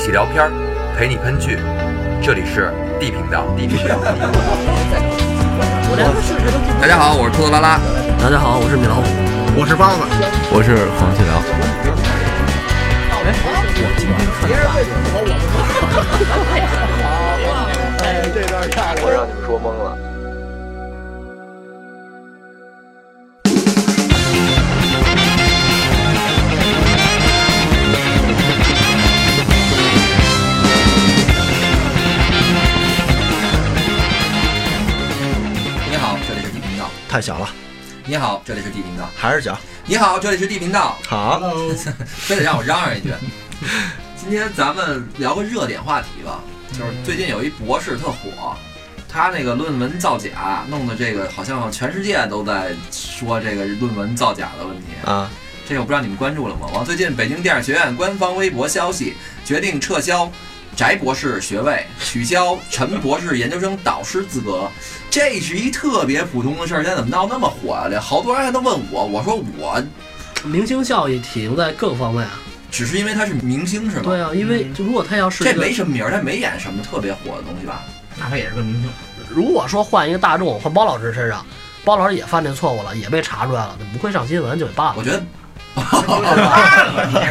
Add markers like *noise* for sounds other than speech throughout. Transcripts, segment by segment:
起聊片儿，陪你喷剧。这里是 D 频 *laughs* 道，D 频道。大家好，我是兔子拉拉。大家好，我是米老虎。我是包子，我是黄继辽。我让你们说懵了。你好，这里是 D 频道。太小了，你好，这里是 D 频道。还是小。你好，这里是 D 频道。好， *laughs* 非得让我嚷嚷一句。今天咱们聊个热点话题吧，就是最近有一博士特火，他那个论文造假，弄得这个好像全世界都在说这个论文造假的问题。啊，这个我不知道你们关注了吗？王，最近北京电影学院官方微博消息，决定撤销翟博士学位，取消陈博士研究生导师资格。这是一特别普通的事儿，现在怎么闹那么火呀、好多人还都问我，我说我明星效益体现在各个方面。啊只是因为他是明星是吗？对啊，因为如果他要是一这个没什么名儿，他没演什么特别火的东西吧？那他也是个明星，如果说换一个大众，换包老师身上，包老师也犯这错误了，也被查出来了，不会上新闻就得罢我了，觉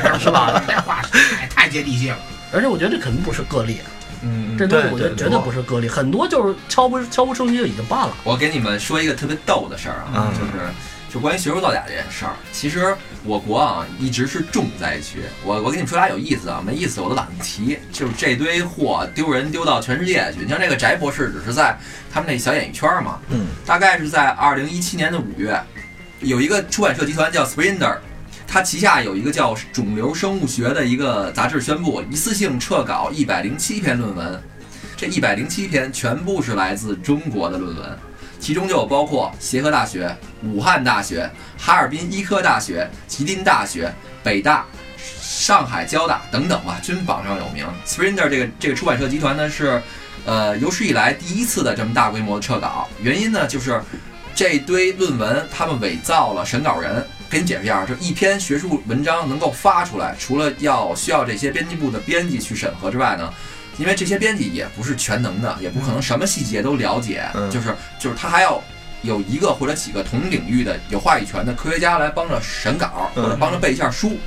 得是吧？这话太太接地气了。而且我觉得这肯定不是个例，嗯这东西我觉得绝对不是。是个例，很多就是悄不悄无声息就已经办了。我给你们说一个特别逗的事儿啊，嗯就是就关于学术造假这件事儿。其实我国啊一直是重灾区。我我跟你们说俩有意思啊，没意思我都懒得提。就是这堆货丢人丢到全世界去。你像这个翟博士，只是在他们那小演艺圈嘛，嗯，大概是在二零一七年的五月，有一个出版社集团叫 Springer。它旗下有一个叫《肿瘤生物学》的一个杂志，宣布一次性撤稿一百零七篇论文，这一百零七篇全部是来自中国的论文。其中就有包括协和大学、武汉大学、哈尔滨医科大学、吉林大学、北大、上海交大等等吧，均榜上有名。Springer 这个这个出版社集团呢是，呃，有史以来第一次的这么大规模的撤稿，原因呢就是这堆论文他们伪造了审稿人。给你解释一下，就一篇学术文章能够发出来，除了要需要这些编辑部的编辑去审核之外呢，因为这些编辑也不是全能的，也不可能什么细节都了解，嗯就是就是他还要有一个或者几个同领域的有话语权的科学家来帮着审稿，嗯或者帮着背一下书，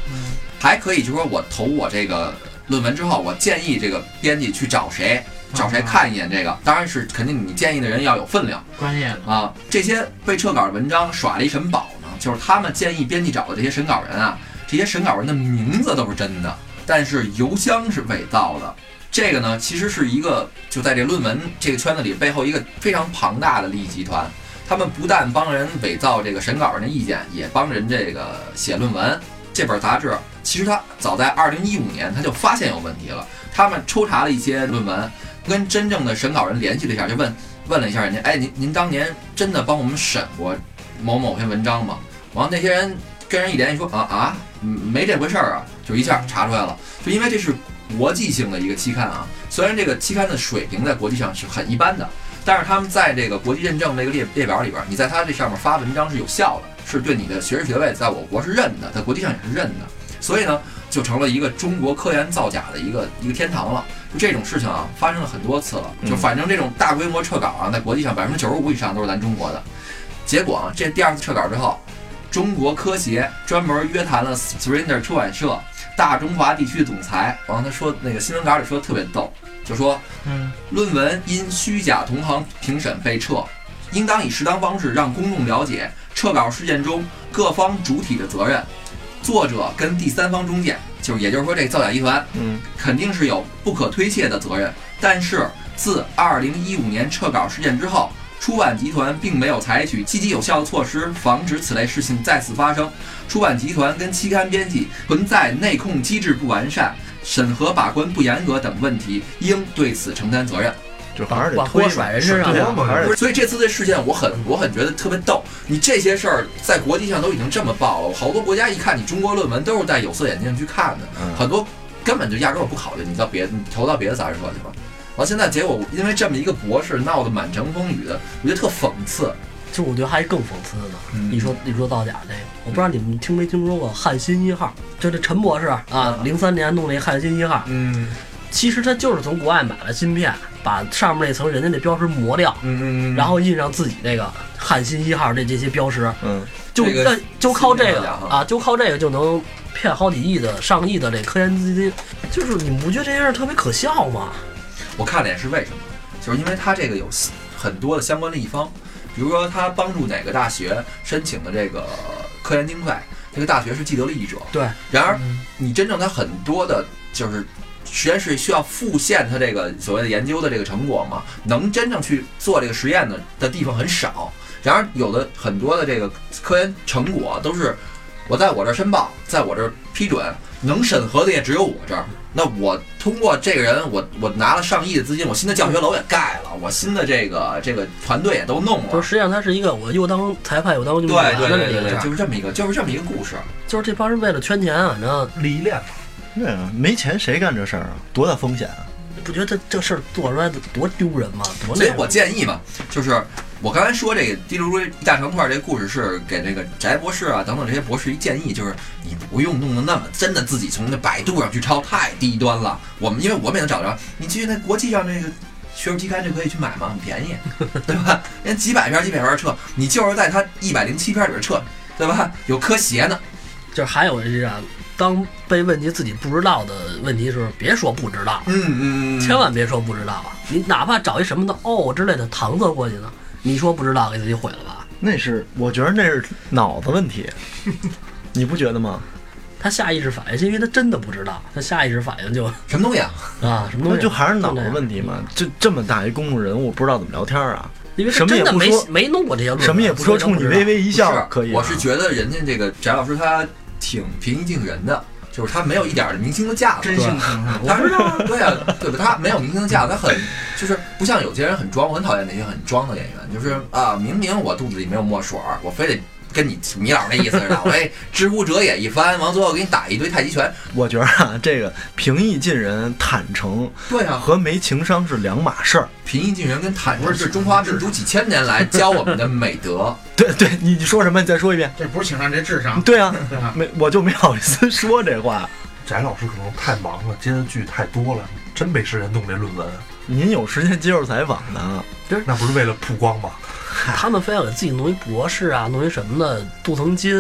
还可以就说我投我这个论文之后，我建议这个编辑去找谁。找谁看一眼这个？当然是肯定你建议的人要有分量专业的，啊。这些被撤稿的文章耍了一什么宝呢？就是他们建议编辑找的这些审稿人啊，这些审稿人的名字都是真的，但是邮箱是伪造的。这个呢，其实是一个就在这论文这个圈子里背后一个非常庞大的利益集团。他们不但帮人伪造这个审稿人的意见，也帮人这个写论文。这本杂志其实它早在2015年它就发现有问题了，他们抽查了一些论文，跟真正的审稿人联系了一下，就问问了一下人家，哎，您您当年真的帮我们审过某某篇文章吗？然后那些人跟人一联系说啊啊，嗯没这回事儿啊，就一下查出来了，就因为这是国际性的一个期刊啊，虽然这个期刊的水平在国际上是很一般的，但是他们在这个国际认证这个列列表里边，你在它这上面发文章是有效的，是对你的学士学位在我国是认的，在国际上也是认的，所以呢，就成了一个中国科研造假的一个一个天堂了。就这种事情啊，发生了很多次了，就反正这种大规模撤稿啊，在国际上百分之九十五以上都是咱中国的。结果啊，这第二次撤稿之后，中国科协专门约谈了 Springer 出版社大中华地区总裁，然后他说那个新闻稿里说的特别逗，就说嗯，论文因虚假同行评审被撤，应当以适当方式让公众了解撤稿事件中各方主体的责任，作者跟第三方中介，就是也就是说这造假集团嗯，肯定是有不可推卸的责任。但是自2015年撤稿事件之后，出版集团并没有采取积极有效的措施防止此类事情再次发生。出版集团跟期刊编辑存在内控机制不完善、审核把关不严格等问题，应对此承担责任。就反正得把推锅吧甩人身上对啊了。反正不得是，所以这次的事件，我很我很觉得特别逗。你这些事儿在国际上都已经这么爆了，好多国家一看你中国论文都是戴有色眼镜去看的，嗯很多根本就压根儿不考虑，你到别你投到别的杂志社去吧。完，现在结果因为这么一个博士闹得满城风雨的，我觉得特讽刺。就我觉得还更讽刺呢。嗯你说你说造假这个，我不知道你们听没听说过汉芯一号，就这陈博士啊，零三年弄了一汉芯一号，嗯，其实他就是从国外买了芯片，把上面那层人家那标识磨掉，嗯嗯嗯，然后印上自己那个汉芯一号这这些标识，嗯，就这个那就靠这芯个片上啊，就靠这个就能骗好几亿的、上亿的这科研基金，就是你们不觉得这件事儿特别可笑吗？我看了也是为什么，就是因为它这个有很多的相关利益方，比如说他帮助哪个大学申请的这个科研经费，这个大学是既得利益者。对，然嗯而你真正它很多的就是实验室需要复现它这个所谓的研究的这个成果嘛，能真正去做这个实验的的地方很少。然而有的很多的这个科研成果都是我在我这儿申报，在我这儿批准，能审核的也只有我这儿。那我通过这个人，我我拿了上亿的资金，我新的教学楼也盖了，我新的这个这个团队也都弄就了。是实际上它是一个我又当裁判又当运对动员对的这对么一对个事对，儿，就是这么一个，就是这么一个故事。就是这帮人为了圈钱，啊反正理念对啊，没钱谁干这事儿啊？多大风险啊！不觉得这这事儿做出来多丢人吗？多所那以什么我建议嘛，就是我刚才说这个《地球一大长串》这个故事是给这个翟博士啊等等这些博士一建议，就是你不用弄得那么真的自己从那百度上去抄，太低端了。我们因为我们也能找着，你去那国际上那个。学术期刊就可以去买嘛，很便宜，对吧？人几百篇、几百篇撤，你就是在它一百零七篇里边撤，对吧？有科协呢，就是还有一些啊，当被问及自己不知道的问题的时候，别说不知道，嗯嗯嗯，千万别说不知道啊！你哪怕找一什么的哦之类的搪塞过去呢，你说不知道给自己毁了吧？那是，我觉得那是脑子 *laughs* 问题，你不觉得吗？他下意识反应是因为他真的不知道，他下意识反应就什么东西啊？啊什么东那西，就还是脑子问题嘛。这这么大一公众人物，不知道怎么聊天啊？因为他什么也真的不没说没弄过这些论文，什么也不说，所以冲他你知道微微一笑不是可以啊。我是觉得人家这个翟老师他挺平易近人的，就是他没有一点儿明星的架子，真性情啊，他是 *laughs* 对啊，对吧？他没有明星的架子，他很就是不像有些人很装，我很讨厌那些很装的演员，就是啊，明明我肚子里没有墨水儿，我非得跟你米老那意思似的，我 *laughs* 哎，知乎者也一番，完最后给你打一堆太极拳，我觉得啊，这个平易近人、坦诚对啊，和没情商是两码事儿。平易近人跟坦诚是中华民族几千年来教我们的美德，对对，你你说什么？你再说一遍。这不是情商，这智商，对啊，对吧？ *laughs* 没我就没好意思说这话。翟老师可能太忙了，接的剧太多了，真没时间弄这论文。您有时间接受采访呢？那不是为了曝光吗？他们非要给自己弄一博士啊，弄一什么的镀层金，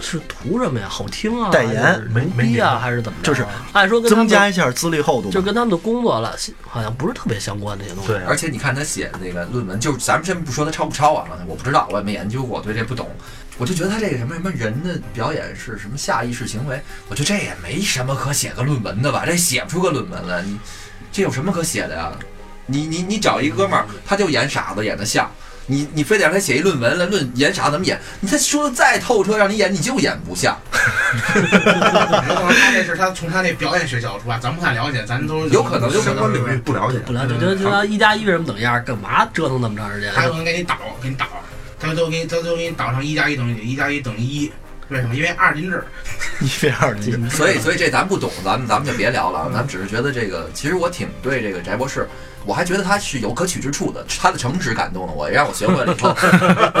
是图什么呀？好听啊，代言还是没牛没逼啊，名还是怎么着啊？就是按说跟他增们加一下资历厚度就嘛。跟他们的工作了，好像不是特别相关这些东西。对，啊而且你看他写的那个论文，就是咱们先不说他抄不抄啊，我不知道，我也没研究过，我对这不懂。我就觉得他这个什么什么人的表演是什么下意识行为，我觉得这也没什么可写个论文的吧，这写不出个论文来，你这有什么可写的呀？你你你找一哥们儿，他就演傻子演得像，你你非得让他写一论文来论演傻子怎么演？你他说的再透彻，让你演你就演不像，有可能他这是他从他那表演学校出发，咱不太了解，咱都有可能有可能相关领域不了解，不了解，嗯就就他一加一为什么等于二？干嘛折腾那么长时间？他有可能给你导，给你导，他都给你，他都给你导成一加一等于几，一加一等于一，为什么？因为二进制，一变二级，所以，所以这咱不懂，咱们咱们就别聊了啊。咱们只是觉得这个，其实我挺对这个翟博士，我还觉得他是有可取之处的，他的诚实感动了我，也让我学会了以后，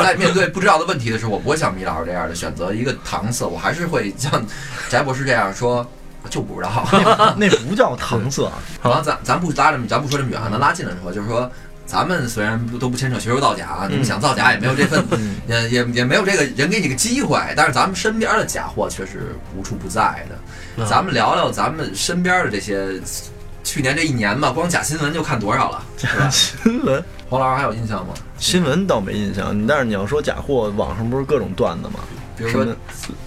在面对不知道的问题的时候，我不会像米老师这样的选择一个搪塞，我还是会像 *laughs* 翟博士这样说，就不知道。啊那不叫搪塞。？然后咱咱不拉这么，咱不说这么远，咱拉近了说，就是说，咱们虽然不都不牵扯学术造假啊，你们想造假也没有这份，也也也没有这个人给你个机会，但是咱们身边的假货却是无处不在的。嗯咱们聊聊咱们身边的这些，去年这一年吧，光假新闻就看多少了，是吧新闻黄老师还有印象吗？新闻倒没印象，但是你要说假货，网上不是各种段子吗？比如什说么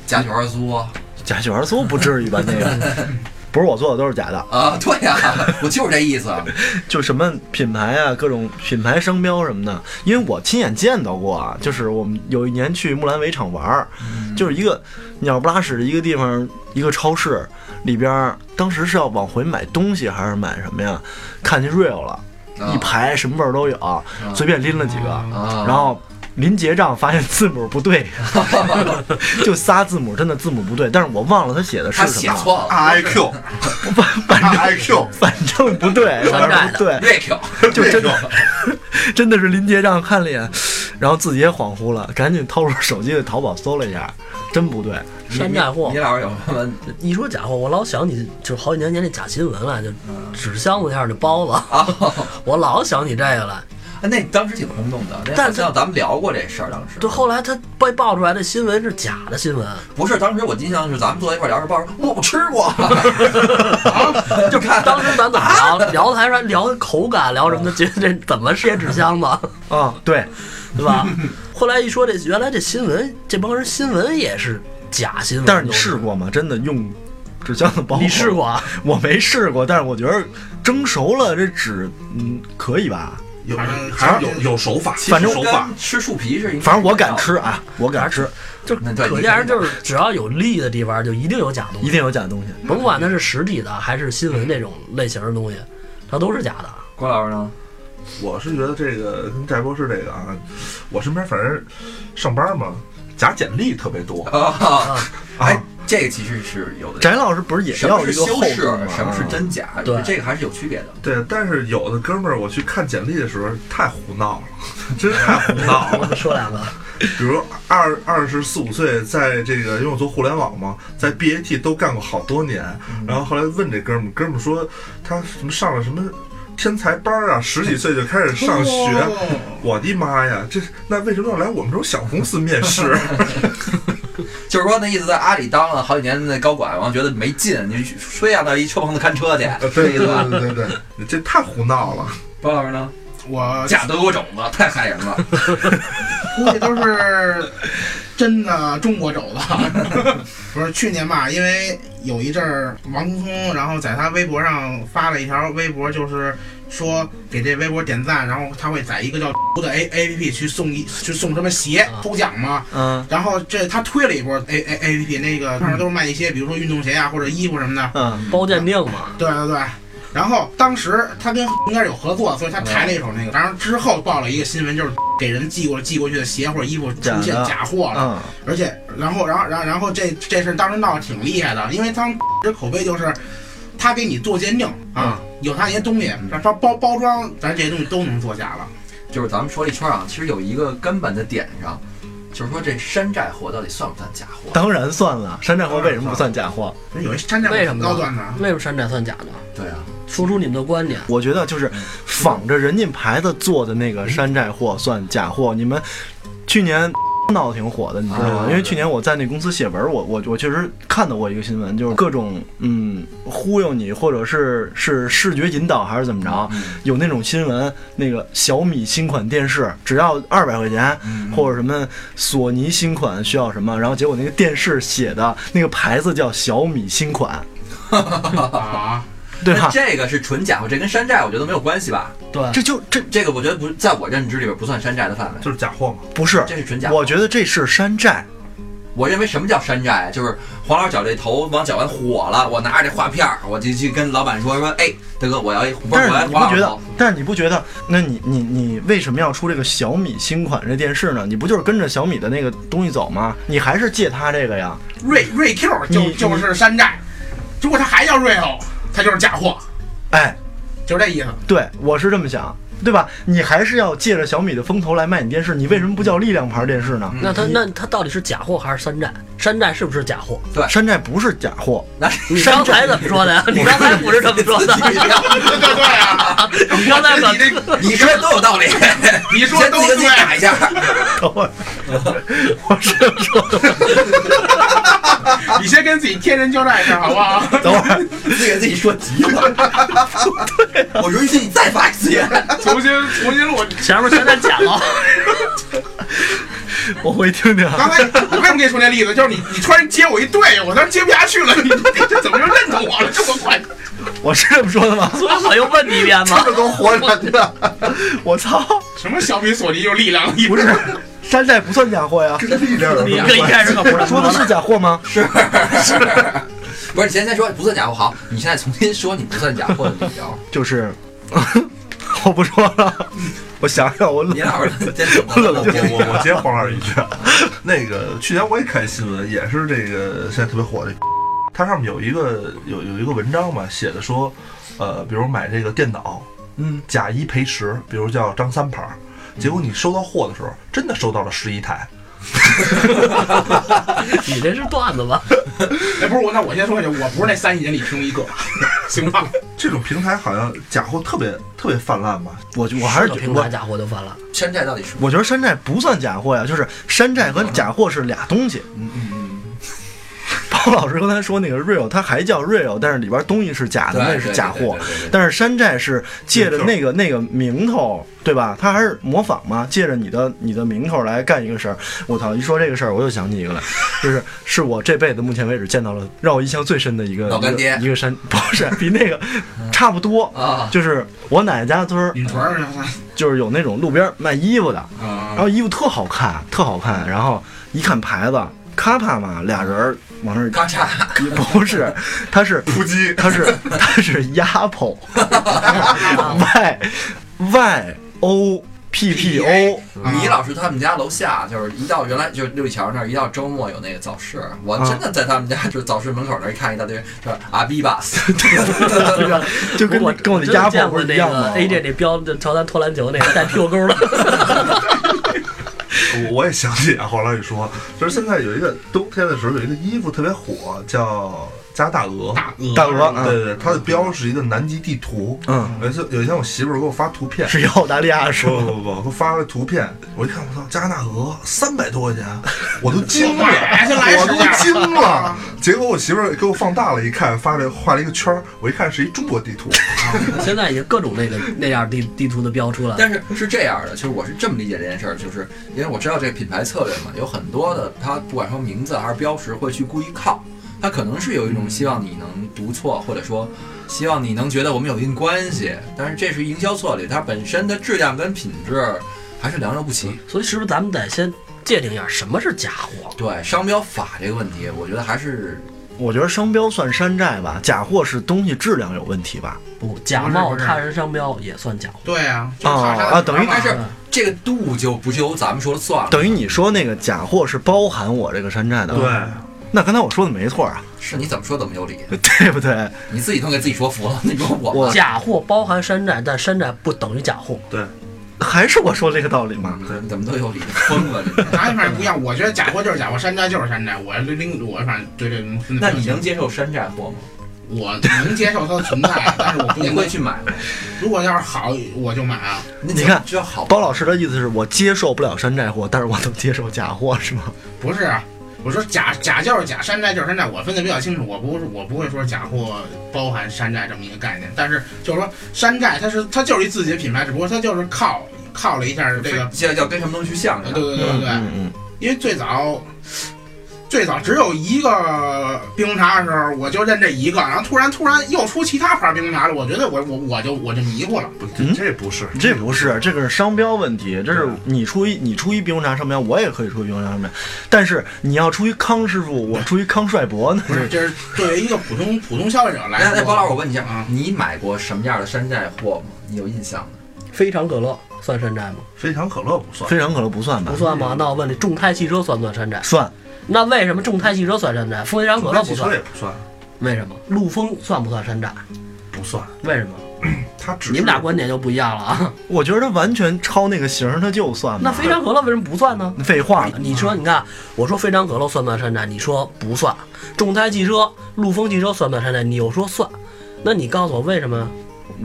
假酒二苏啊，假雪儿酥不至于吧？那 *laughs* 个不是我做的，都是假的。啊对呀、我就是这意思。啊就什么品牌啊，各种品牌商标什么的，因为我亲眼见到过啊。就是我们有一年去木兰围场玩儿，嗯嗯就是一个鸟不拉屎的一个地方，一个超市里边儿，当时是要往回买东西还是买什么呀？看见 real 了，啊嗯一排什么味儿都有，随便拎了几个，啊，然后临结账发现字母不对， *laughs* 就仨字母，真的字母不对，但是我忘了他写的是他什写么了，啊错了， R I *laughs* Q R I Q，反正不对，反山寨正的不对，瑞 Q，就真的真的是临结账看了一眼，然后自己也恍惚了，赶紧掏出手机的淘宝搜了一下，真不对，山寨货你你老师有什么一说假货，我老想起就是好几年前那假新闻了，就嗯纸箱子下那包子，哦 *laughs* 我老想起这个来。啊那当时挺轰动的，那但好是像咱们聊过这事儿，当时对，后来他被爆出来的新闻是假的新闻，不是当时我印象是咱们坐在一块儿聊着，报说我吃 *laughs* 过，就看啊当时咱怎 *laughs* 么聊聊的还说聊口感，聊什么的，觉得这怎么是一纸箱子，啊，对，对吧？后来一说这原来这新闻，这帮人新闻也是假新闻，但是你都是试？过吗？真的用纸箱子包？嗯你试？过啊？我没试过，但是我觉得蒸熟了这纸，嗯，可以吧？有反正还是有有手法，反正有手法跟吃树皮是一个反正我敢吃啊，我敢吃，就那对可你见肯人定就是只要有利的地方，就一定有假东一西，定有假东西。甭管它是实体的还是新闻这种类型的东西，它都是假的。郭老师呢？我是觉得这个跟寨博士这个啊，我身边反正上班嘛，假简历特别多。啊， *laughs* 哎啊，这个其实是有的。翟老师不是也什要么一是个修后嗯饰，盾吗？什么是真假？对这个还是有区别的。对，但是有的哥们儿，我去看简历的时候太胡闹了， *laughs* 真是太胡闹了。我说两个，比如二二十四五岁，在这个因为我做互联网嘛，在 BAT 都干过好多年，然后后来问这哥们儿，哥们儿说他什么上了什么天才班儿啊，十几岁就开始上学， *laughs* 哦我的妈呀，这那为什么要来我们这种小公司面 *laughs* 试？就是说，那意思在阿里当了好几年的高管，然后觉得没劲，你非让到一车棚子看车去，对是这对意思吧？对对对，这太胡闹了。包老师呢？我假德国种子太害人了，估计都是真的中国肘子。 *laughs* 不是去年吧，因为有一阵儿王思聪，然后在他微博上发了一条微博，就是说给这微博点赞，然后他会在一个叫的 A A P P 去送一去送什么鞋啊抽奖嘛。嗯然后这他推了一波 A A A P P，那个当时都是卖一些，比如说运动鞋啊或者衣服什么的。嗯，包鉴定嘛，对对对。然后当时他跟应该是有合作，所以他抬了一手那个。然后之后报了一个新闻，就是给人寄过寄过去的鞋或者衣服出现假的假啊货了，啊嗯，而且然后然后然后然后这这事儿当时闹得挺厉害的，因为当时口碑就是。他给你做鉴定啊，有他一些东西，然后包包装，咱这些东西都能做假了。就是咱们说了一圈啊，其实有一个根本的点上，就是说这山寨货到底算不算假货？当然算了。山寨货为什么不算假货？那有一山寨为什很么高呢端的，为什么山寨算假呢？对啊，说出你们的观点。我觉得就是嗯仿着人家牌子做的那个山寨货算假货。你们去年 *laughs* 闹得挺火的，你知道吗啊？因为去年我在那公司写文，我我我确实看到过一个新闻，就是各种嗯忽悠你，或者是是视觉引导还是怎么嗯着，有那种新闻，那个小米新款电视只要二百块钱，或者什么索尼新款需要什么，然后结果那个电视写的那个牌子叫小米新款，啊，对那吧？这个是纯假货，这跟山寨我觉得没有关系吧？对，这就这这个我觉得不，在我认知里边不算山寨的范围，就是假货嘛，不是，这是纯假货。我觉得这是山寨。我认为什么叫山寨？啊就是黄老师脚这头往脚腕火了，我拿着这画片儿，我就去跟老板说说，哎，大哥，我要一，我但要是黄你不老觉师得头。？但是你不觉得？那你你你为什么要出这个小米新款这电视呢？你不就是跟着小米的那个东西走吗？你还是借它这个呀？瑞瑞 Q 就你就是山寨，如果他还叫瑞欧，他就是假货，哎，就是这意思。对我是这么想，对吧？你还是要借着小米的风头来卖你电视，你为什么不叫力量牌电视呢？嗯那他你那他到底是假货还是山寨？山寨是不是假货？山寨不是假货， *laughs* 那你刚才怎么说的呀？你刚才不是这么说的，对对对啊。你刚才你怎么？这你说的都有道理， *laughs* 你说的都先自己对改一下。等 *laughs* 会儿我是说， *laughs* 你先跟自己天人交代一 *laughs* 下，好不好？等会儿自己给自己说急了。我允许你再发一次言。重新重新录。前面山寨假 *laughs* 了，我回听听啊。刚才我为什么跟你说这例子？就是你你突然接我一对，我当时接不下去了。 *laughs* 你你这怎么就认同我了？这么快？我是这么说的吗？所以我又问你一遍嘛。这都活人啊的， *laughs* 我操，什么小米索尼有力量？你 *laughs* 不是山寨不算假货呀。跟力量有你什么这一关开系？始可不是说的是假货吗？不是，你先先说不算假货，好，你 *laughs* 现在重新说你不算假货的理由。就是我不说了，我想想，我你老是坚挺我 *laughs* 冷静一我我下，接黄老师一句啊， *laughs* 那个去年我也看新闻，也是这个现在特别火的，它上面有一个有有一个文章嘛，写的说，呃，比如买这个电脑，嗯，假一赔十，比如叫张三牌儿，结果你收到货的时候，真的收到了十一台，你这是段子吧？哎，不是我，那我先说一句，我不是那三亿人里其中一个， *laughs* 行吧？这种平台好像假货特别特别泛滥嘛，我我还是觉平我台家伙就翻了，山寨到底是我觉得山寨不算假货呀，就是山寨和假货是俩东西。嗯嗯嗯。包老师刚才说那个 real，它还叫 real，但是里边东西是假的，那是假货。，但是山寨是借着那个那个名头，对吧？他还是模仿嘛，借着你的你的名头来干一个事儿。我操！一说这个事儿，我又想起一个来， *laughs* 就是是我这辈子目前为止见到了让我印象最深的一个老干爹一个一个山， *laughs* 不是比那个差不多，啊，就是我奶奶家村儿，女团儿就是有那种路边卖衣服的，然啊，后衣服特好看，特好看，然后一看牌子。咔啪嘛，俩人儿往那儿咔嚓，一不是，他是扑击他是他是 *laughs* Apple Y Y O P P O， *laughs* 米老师他们家楼下就是一到原来就是六里桥那儿，一到周末有那个早市，我真的在他们家就是早市门口那儿一看一大堆，就是阿比巴斯，这个就跟我跟我那真的 Apple 见不过是一那样个吗？ AJ 那标就乔丹拖篮球那个带屁股沟的，我我也想起啊，黄老师说，就是现在有一个冬天的时候有一个衣服特别火，叫加大鹅。大鹅，大鹅，嗯对对，它的标是一个南极地图。嗯，有一次有一天我媳妇儿给我发图片，是一个澳大利亚是不吗？不不，给我发了图片，我一看，我操，加拿大鹅三百多块钱，我都惊 *laughs* 了，买去来我十件都惊了。结果我媳妇儿给我放大了一看，发了画了一个圈儿，我一看是一中国地图， *laughs* 现在也各种那个那样地地图的标出来，但是是这样的，就是我是这么理解这件事儿，就是因为我知道这个品牌策略嘛，有很多的，它不管说名字还是标识，会去故意靠，它可能是有一种希望你能读错，或者说希望你能觉得我们有一定关系，但是这是营销策略，它本身的质量跟品质还是良莠不齐。所以是不是咱们得先界定一下什么是假货？对商标法这个问题，我觉得还是我觉得商标算山寨吧，假货是东西质量有问题吧？不，假冒他人商标也算假货。对啊，就哦卡莎啊等于卡莎但是这个度就不是由咱们说了算了。等于你说那个假货是包含我这个山寨的，对，，那刚才我说的没错啊， *laughs* 是你怎么说怎么有理，对不对？你自己都给自己说服了，你说我我假货包含山寨，但山寨不等于假货。还是我说这个道理嘛？你嗯怎么都有理，疯了你！拿反正不一样，我觉得假货就是假货，山寨就是山寨。我拎我反正对这东西分得那比你较能清接受山寨货吗？我能接受它的存在，但是我不你能会去买吗？如果要是好，我就买啊。你你看这好包老师的意思是我接受不了山寨货，但是我能接受假货是吗？不是啊，我说假假就是假，山寨就是山寨，我分得比较清楚。我不是我不会说假货包含山寨这么一个概念，但是就是说山寨它是它就是一自己的品牌，只不过它就是靠靠了一下这个，要要跟什么东西去啊像对着呢？对对对对，嗯嗯。因为最早。最早只有一个冰红茶的时候，我就认这一个，然后突然突然又出其他牌冰红茶了，我觉得我我我就我就迷糊了。不这嗯这不是，这不是，这个是商标问题。这是你出一你出一冰红茶商标，我也可以出一冰红茶商标，但是你要出一康师傅，我出一康帅博呢？不是，这是对于一个普通普通消费者来那说，那包老师，我问你一下啊，你买过什么样的山寨货吗？你有印象吗？非常可乐算山寨吗？非常可乐不算，非常可乐不算吧？不算嗯吗？那我问你，众泰汽车算不算山寨？算，那为什么众泰汽车算山寨？非常可乐不汽车也算？不算，为什么？陆风算不算山寨？不算，为什么？它只是你们俩观点就不一样了 *laughs* 啊！我觉得完全抄那个型儿，它就算吧。那非常可乐为什么不算 *laughs* 呢？废话，你说，你看，我说非常可乐算不算山寨？你说不算。众泰汽车、陆风汽车算不算山寨？你又说算。那你告诉我为什么呀？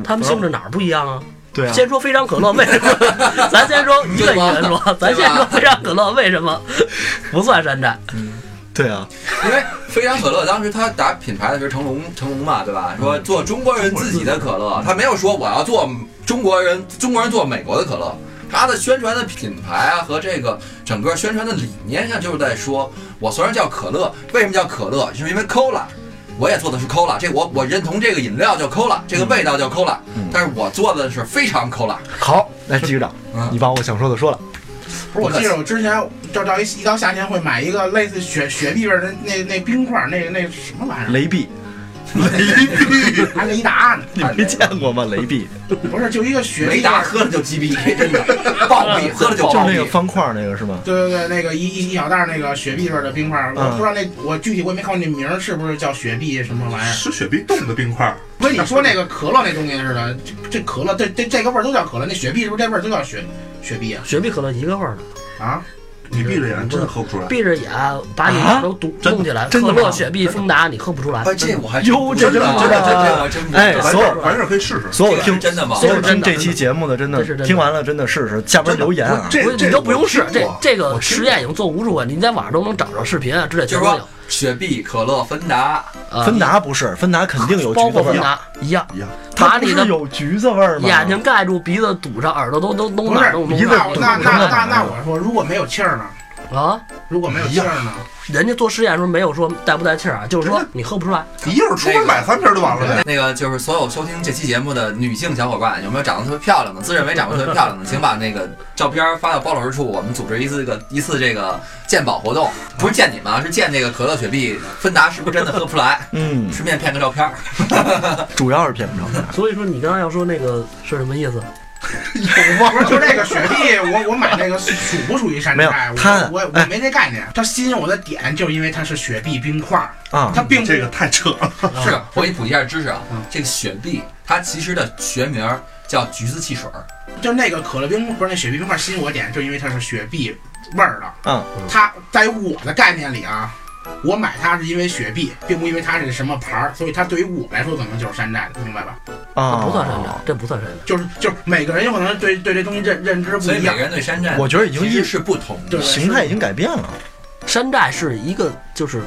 他们性质哪儿不一样啊？对啊，先说非常可乐为什么？咱先说一个一个说，咱先说非常可乐为什么不算山寨？对啊，因为非常可乐当时他打品牌的时候，成龙成龙嘛，对吧？嗯说做中国人自己的可乐，他没有说我要做中国人中国人做美国的可乐。他的宣传的品牌啊和这个整个宣传的理念上，就是在说，我虽然叫可乐，为什么叫可乐？就是因为 cola，我也做的是 cola，这我我认同这个饮料叫 cola，这个味道叫 cola，、嗯但是我做的是非常 cola。好，来继续长，嗯你把我想说的说了。不是，我记得我之前就到一一嗯到夏天会买一个类似雪雪碧味儿的那那冰块儿，那那什么玩意儿？雷碧，雷碧，还雷达呢，哎你没见过吗？雷 *laughs* 碧不是就一个学雷历达喝了就击毙，真的暴毙，喝了就就是暴那个毙。方块儿那个是吗？对对对，那个一一一小袋儿那个雪碧味儿的冰块儿，我嗯不知道那我具体我也没看过那名儿是不是叫雪碧什么玩意儿。是雪碧冻的冰块儿。跟你说那个可乐那东西似的，这这可乐这这这个味儿都叫可乐，那雪碧是不是这味儿都叫雪雪碧啊？雪碧可乐一个味儿的，啊，你闭着眼真的喝不出来。闭着眼把你啊都堵真弄起来，真的可吗乐、雪碧、丰达，你喝不出来。哎，这我还哟真这的真真的的真的吗真的真哎的完所事有儿完事儿可以试试。所有听真的吗？所有这是听真的这期节目的，真的这是真的听完了真的试试，下边留言啊。这不是这你都不用试我，听这过这个我听实验已经做无数回，你在网上都能找着视频啊之类，就全是都说有。雪碧、可乐、芬达，呃芬达不是，芬达肯定有包橘子括味芬儿，达一样，一样，把它不你是的有橘子味儿吗？眼睛盖住，鼻子堵上，耳朵都都都不哪是都鼻子那我堵那那上那那我说如果没有气儿呢？啊！如果没有气儿呢？人家做实验的时候没有说带不带气儿啊，就是说真你喝不出来。你一会儿出门买三瓶就完了呗。那个就是所有收听这期节目的女性小伙伴，有没有长得特别漂亮的，自认为长得特别漂 *laughs* 亮的，请把那个照片发到包老师处，我们组织一次这个一次这个鉴宝活动，不是鉴你们啊，是鉴那个可乐、雪碧、芬达是不是真的喝不出来， *laughs* 嗯，顺便骗个照片儿。主要是骗不着的。所以说你刚刚要说那个是什么意思？不是就这个雪碧，我我买那个属不属于山寨？没有它哎我我我没这概念。它吸引我的点就是因为它是雪碧冰块儿，啊它并不这个太扯了，嗯是我给你普及一下知识啊嗯，这个雪碧它其实的学名儿叫橘子汽水儿，就那个可乐冰不是那雪碧冰块吸引我点，就因为它是雪碧味儿的。嗯，它在我的概念里啊，我买它是因为雪碧，并不因为它是什么牌儿，所以它对于我来说可能就是山寨的，明白吧？这啊，不算山寨，这不算山寨。就是就是每个人有可能对对这东西认认知不所以一每样个。人对山寨我觉得已经其意实是不同的对。形态已经改变了山寨是一个就是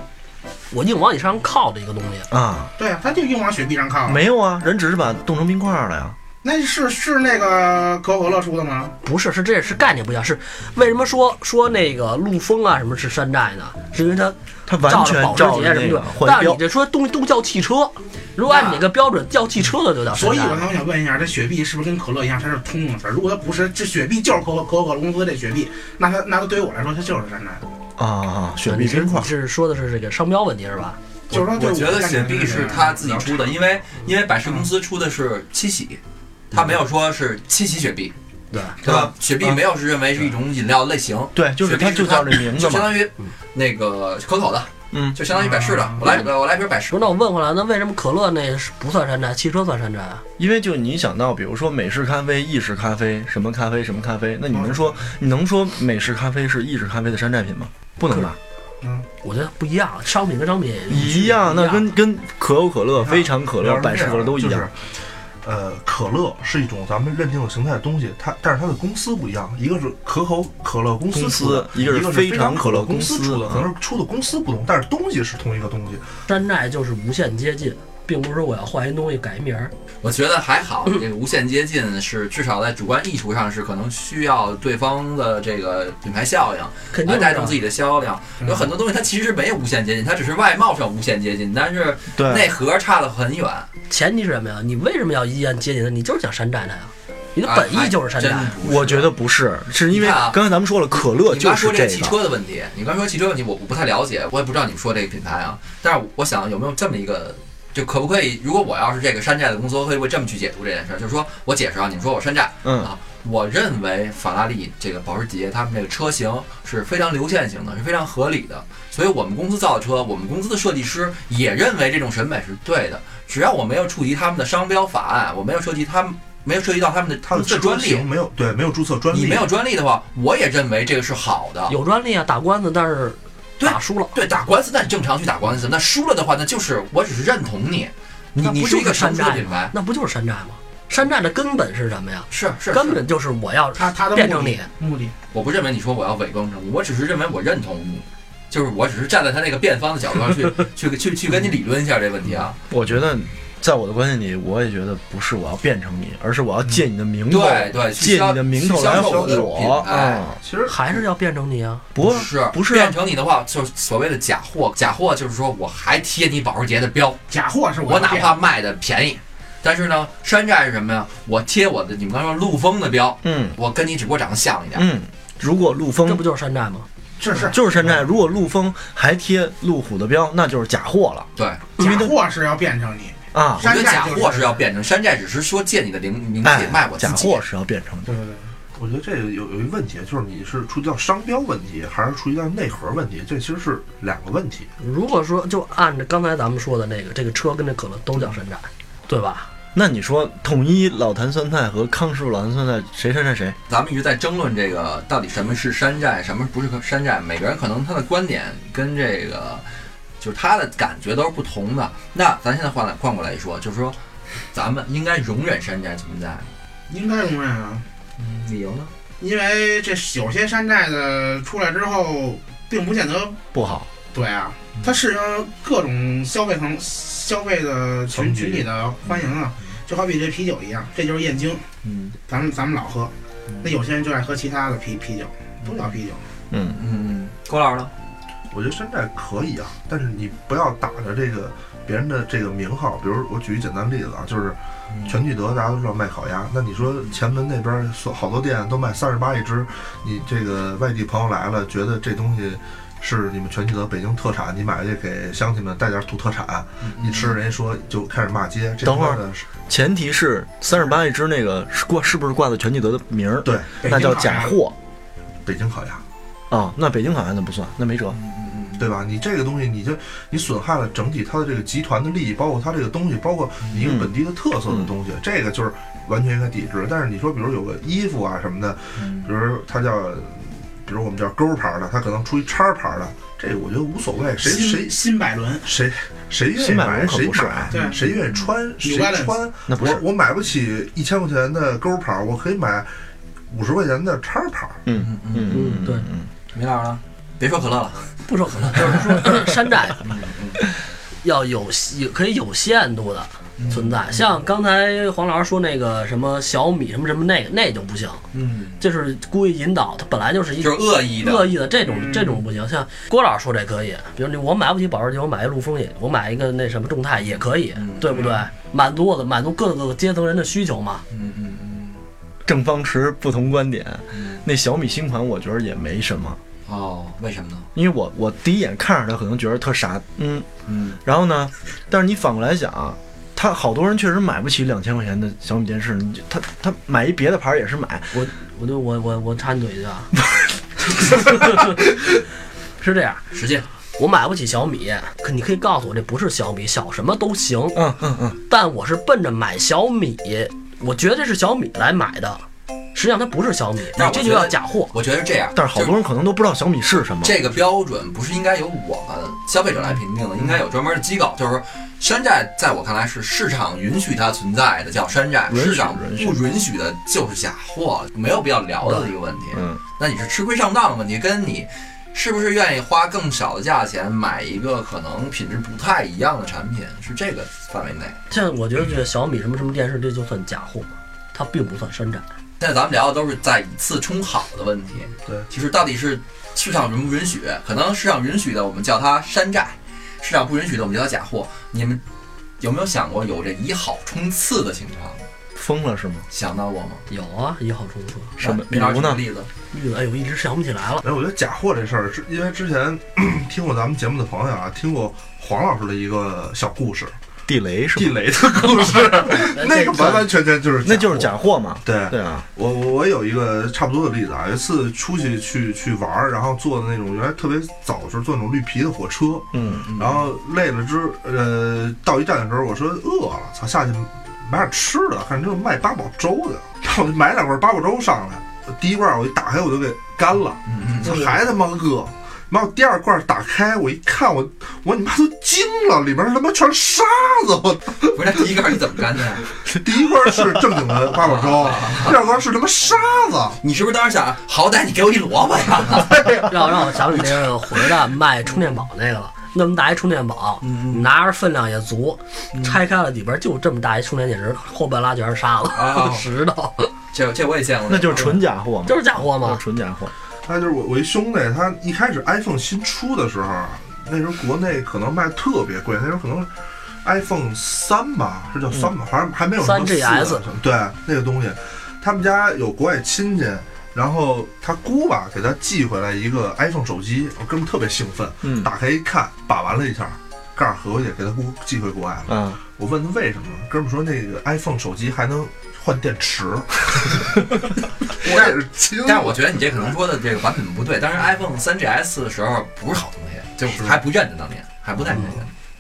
我硬往你身上靠的一个东西。啊。对啊，它就硬往雪碧上靠啊。没有啊，人只是把冻成冰块儿了呀。那是是那个可口可乐出的吗？不是，是这是概念不一样。是为什么说说那个陆风啊什么是山寨呢？是因为它它完照着全保时照捷着什那个么的。但换是标，你这说东西都叫汽车，如果按你那个标准叫汽车啊的就叫山所以寨我。刚想问一下，这雪碧是不是跟可乐一样，它是通用的事儿？如果它不是，这雪碧就是可口可口可乐公司这雪碧，那它那它对于我来说，它就是山寨的，啊啊，雪你碧是冰块你。是说的是这个商标问题是吧？就是说对我觉的得概雪念碧是他自己出的，因为因为百事公司出的是七喜，他没有说是七喜雪碧，对对吧？雪碧嗯没有是认为是一种饮料类型，对，就是它就叫这名字就相嘛。当于那个可口的，嗯就相当于百事的。我来我来瓶百事不，是，那我问回来，那为什么可乐那是不算山寨，汽车算山寨啊？ *laughs* 因为就你想到，比如说美式咖啡、意式咖啡，什么咖啡什么咖啡，那你能说你能说美式咖啡是意式咖啡的山寨品吗？不能吧？我觉得不一样，商品跟商品一样，那跟跟可口可乐、非常可乐、百事可乐都一就样是。呃，可乐是一种咱们认定的形态的东西，它但是它的公司不一样，一个是可口可乐公司公司出的，一一个是是非常常可乐乐公司司出的，嗯可能是出的公司不同，但是东西是同一个东西。山寨就是无限接近，并不是说我要换一东西改一名儿。嗯我觉得还好，这个无限接近是至少在主观意图上是可能需要对方的这个品牌效应。肯来定是啊啊带动自己。己的销量。嗯有很多东西它其实没有无限接近，它只是外貌上无限接近，但是对，内核差得很远。前提是什么呀？你为什么要一言接近呢？你就是想山寨它呀，你的啊本意就是山寨。还真不是我觉得不是，是因为你看啊刚才咱们说了，可乐你刚就说是这这个汽个。车的问题，你刚说汽车问题，我我不太了解，我也不知道你们说这个品牌啊。但是我想有没有这么一个，就可不可以？如果我要是这个山寨的公司，我会不会这么去解读这件事儿？就是说我解释啊，你们说我山寨，嗯啊，我认为法拉利这个保时捷他们这个车型是非常流线型的，是非常合理的。所以我们公司造的车，我们公司的设计师也认为这种审美是对的。只要我没有触及他们的商标法案，我没有涉及他们，没有涉及到他们的它的注册车专利型，没有对，没有注册专利，你没有专利的话，我也认为这个是好的。有专利啊，打官司，但是对打输了，对，打官司那你正常去打官司，那输了的话，那就是我只是认同你，你那你不是就一个是成山熟的寨品吗牌？，那不就是山寨吗？山寨的根本是什么呀？是是根是，本就是我要它它的辩目证的你目的我不认为你说我要伪装成你，我只是认为我认同你，就是我只是站在他那个辩方的角度上去去去去跟你理论一下这问题啊。我觉得，在我的观念里，我也觉得不是我要变成你，而是我要借你的名头，对对，去借销你的名头去来销火售我的品我牌。啊！其实还是要辩证你啊。不是不是啊变成你的话，就是所谓的假货。假货就是说，我还贴你保时捷的标，假货是我的哪怕卖的便宜，但是呢，山寨是什么呀？我贴我的你们刚说陆风的标，嗯我跟你只不过长得像一点。嗯，如果陆这风不就是山寨吗？是是就是山寨，如果陆风还贴路虎的标，那就是假货了。对，假货是要变成你，啊，我觉得山寨假就是货是要变成山寨，只是说借你的零名气哎，卖我自假己。货是要变成的。对对对，我觉得这有有一问题，就是你是触及到商标问题，还是触及到内核问题？这其实是两个问题。如果说就按照刚才咱们说的那个，这个车跟这可乐都叫山寨，对吧？那你说统一老坛酸菜和康师傅老坛酸菜谁山寨谁？咱们一直在争论这个到底什么是山寨，什么不是山寨，每个人可能他的观点跟这个就是他的感觉都是不同的。那咱现在换来换过来说，就是说咱们应该容忍山寨存在，应该容忍啊。理由呢？因为这有些山寨的出来之后，并不见得不好，对啊，嗯它适应各种消费层消费的群层级群体的欢迎啊，嗯就好比这啤酒一样，这就是燕京，嗯咱们咱们老喝，嗯那有些人就爱喝其他的啤啤酒，都叫啤酒，嗯，嗯，郭老师呢？我觉得山寨可以啊，但是你不要打着这个别人的这个名号，比如我举一简单例子啊，就是嗯全聚德大家都知道卖烤鸭，那你说前门那边所好多店都卖三十八一只，你这个外地朋友来了，觉得这东西。是你们全聚德北京特产，你买去给乡亲们带点土特产，一吃人家说就开始骂街。这嗯等会儿他妈的是前提是三十八一只那个是挂是不是挂的全聚德的名儿？对，那叫假货北京烤鸭，啊。那北京烤鸭那不算，那没辙。对吧？你这个东西，你就你损害了整体它的这个集团的利益，包括它这个东西，包括你嗯一个本地的特色的东西，这个就是完全应该抵制。但是你说，比如有个衣服啊什么的，嗯比如它叫，比如我们叫勾牌的，它可能出一叉牌的，这个我觉得无所谓，谁谁新新百伦，谁谁愿意新百买伦可谁不是买，对谁愿意穿谁 Balance 穿。那不我是，我买不起一千块钱的勾牌，我可以买五十块钱的叉牌。嗯嗯嗯对嗯米老师呢？别说可乐了，不说可乐，就是说山寨要有有可以有限度的存在。嗯像刚才黄老师说那个什么小米什么什么那个那就不行，嗯，就是故意引导，它本来就是一就是恶意的，嗯恶意的这种这种不行。像郭老师说这可以，比如你我买不起保时捷，我买一陆风也，我买一个那什么众泰也可以，嗯对不对？满足我的满足各个阶层人的需求嘛。嗯嗯嗯，正方持不同观点。那小米新款我觉得也没什么，哦，为什么呢？因为我我第一眼看着它可能觉得特傻，嗯，嗯，然后呢，但是你反过来想啊，他好多人确实买不起两千块钱的小米电视，你就他他买一别的牌儿也是买，我我就我我我插你嘴一 *laughs* 下， *laughs* 是这样，实践，我买不起小米，可你可以告诉我这不是小米，小什么都行，嗯嗯嗯，但我是奔着买小米，我绝对是小米来买的。实际上它不是小米，那你我这觉就得叫假货。我觉得是这样，但是好多人可能都不知道小米是什么，这个标准不是应该由我们消费者来评定的，应该有专门的机构。就是说，山寨在我看来是市场允许它存在的叫山寨，允许市场允许不允许的就是假货，没有必要聊的一个问题。嗯，那你是吃亏上当的问题，跟你是不是愿意花更少的价钱买一个可能品质不太一样的产品，是这个范围内。像我觉得这小米什么什么电视，这就算假货，它并不算山寨。现在咱们聊的都是在以次充好的问题，嗯对，就是到底是市场允不允许？可能市场允许的，我们叫它山寨；市场不允许的，我们叫它假货。你们有没有想过有这以好冲次的情况？疯了是吗？想到过吗？有啊，一号冲突。什么来比米老师举如个呢？例子，哎呦，一直想不起来了。哎，我觉得假货这事儿，是因为之前 *clears throat* 听过咱们节目的朋友啊，听过黄老师的一个小故事，地雷是地吗？雷的故事， *laughs* 那个完完全全就是那就是假货嘛，对，对啊，我我我有一个差不多的例子啊，有一次出去去去玩儿，然后坐的那种原来特别早的时候坐那种绿皮的火车，嗯，然后累了之呃到一站的时候，我说饿了，操下去买点吃的，看这有卖八宝粥的，然后我就买两罐八宝粥上来，第一罐我一打开我就给干了，操还他妈饿。妈！我第二罐打开，我一看，我我你妈都惊了，里面他妈全是沙子！我操不是那第一个你怎么干的呀？第一罐是正经的八宝粥，第二罐是他妈沙子。你是不是当时想，好歹你给我一萝卜呀？让让我想起那个火车站卖充电宝那个了，那么大一充电宝，拿着分量也足，拆开了里边就这么大一充电电池，后半拉全是沙啊子、 *laughs* 石头，这这我也见过，那就是纯假货嘛，就是假货就是嘛。纯假货，他就是我我一兄弟，他一开始 iPhone 新出的时候啊，那时候国内可能卖特别贵，那时候可能 iPhone 三吧，是叫三吧，反正还没有什么 3GS 四啊什么对那个东西，他们家有国外亲戚。然后他姑吧给他寄回来一个 iPhone 手机，我哥们儿特别兴奋，嗯打开一看，把玩了一下，盖儿合伙也给他寄寄回国外了。啊，我问他为什么，哥们儿说那个 iPhone 手机还能换电池，我也是惊了。但是我觉得你这可能说的这个版本不对。当时 iPhone 3 GS 的时候不是好东西，就是还不认呢，当年还不太认。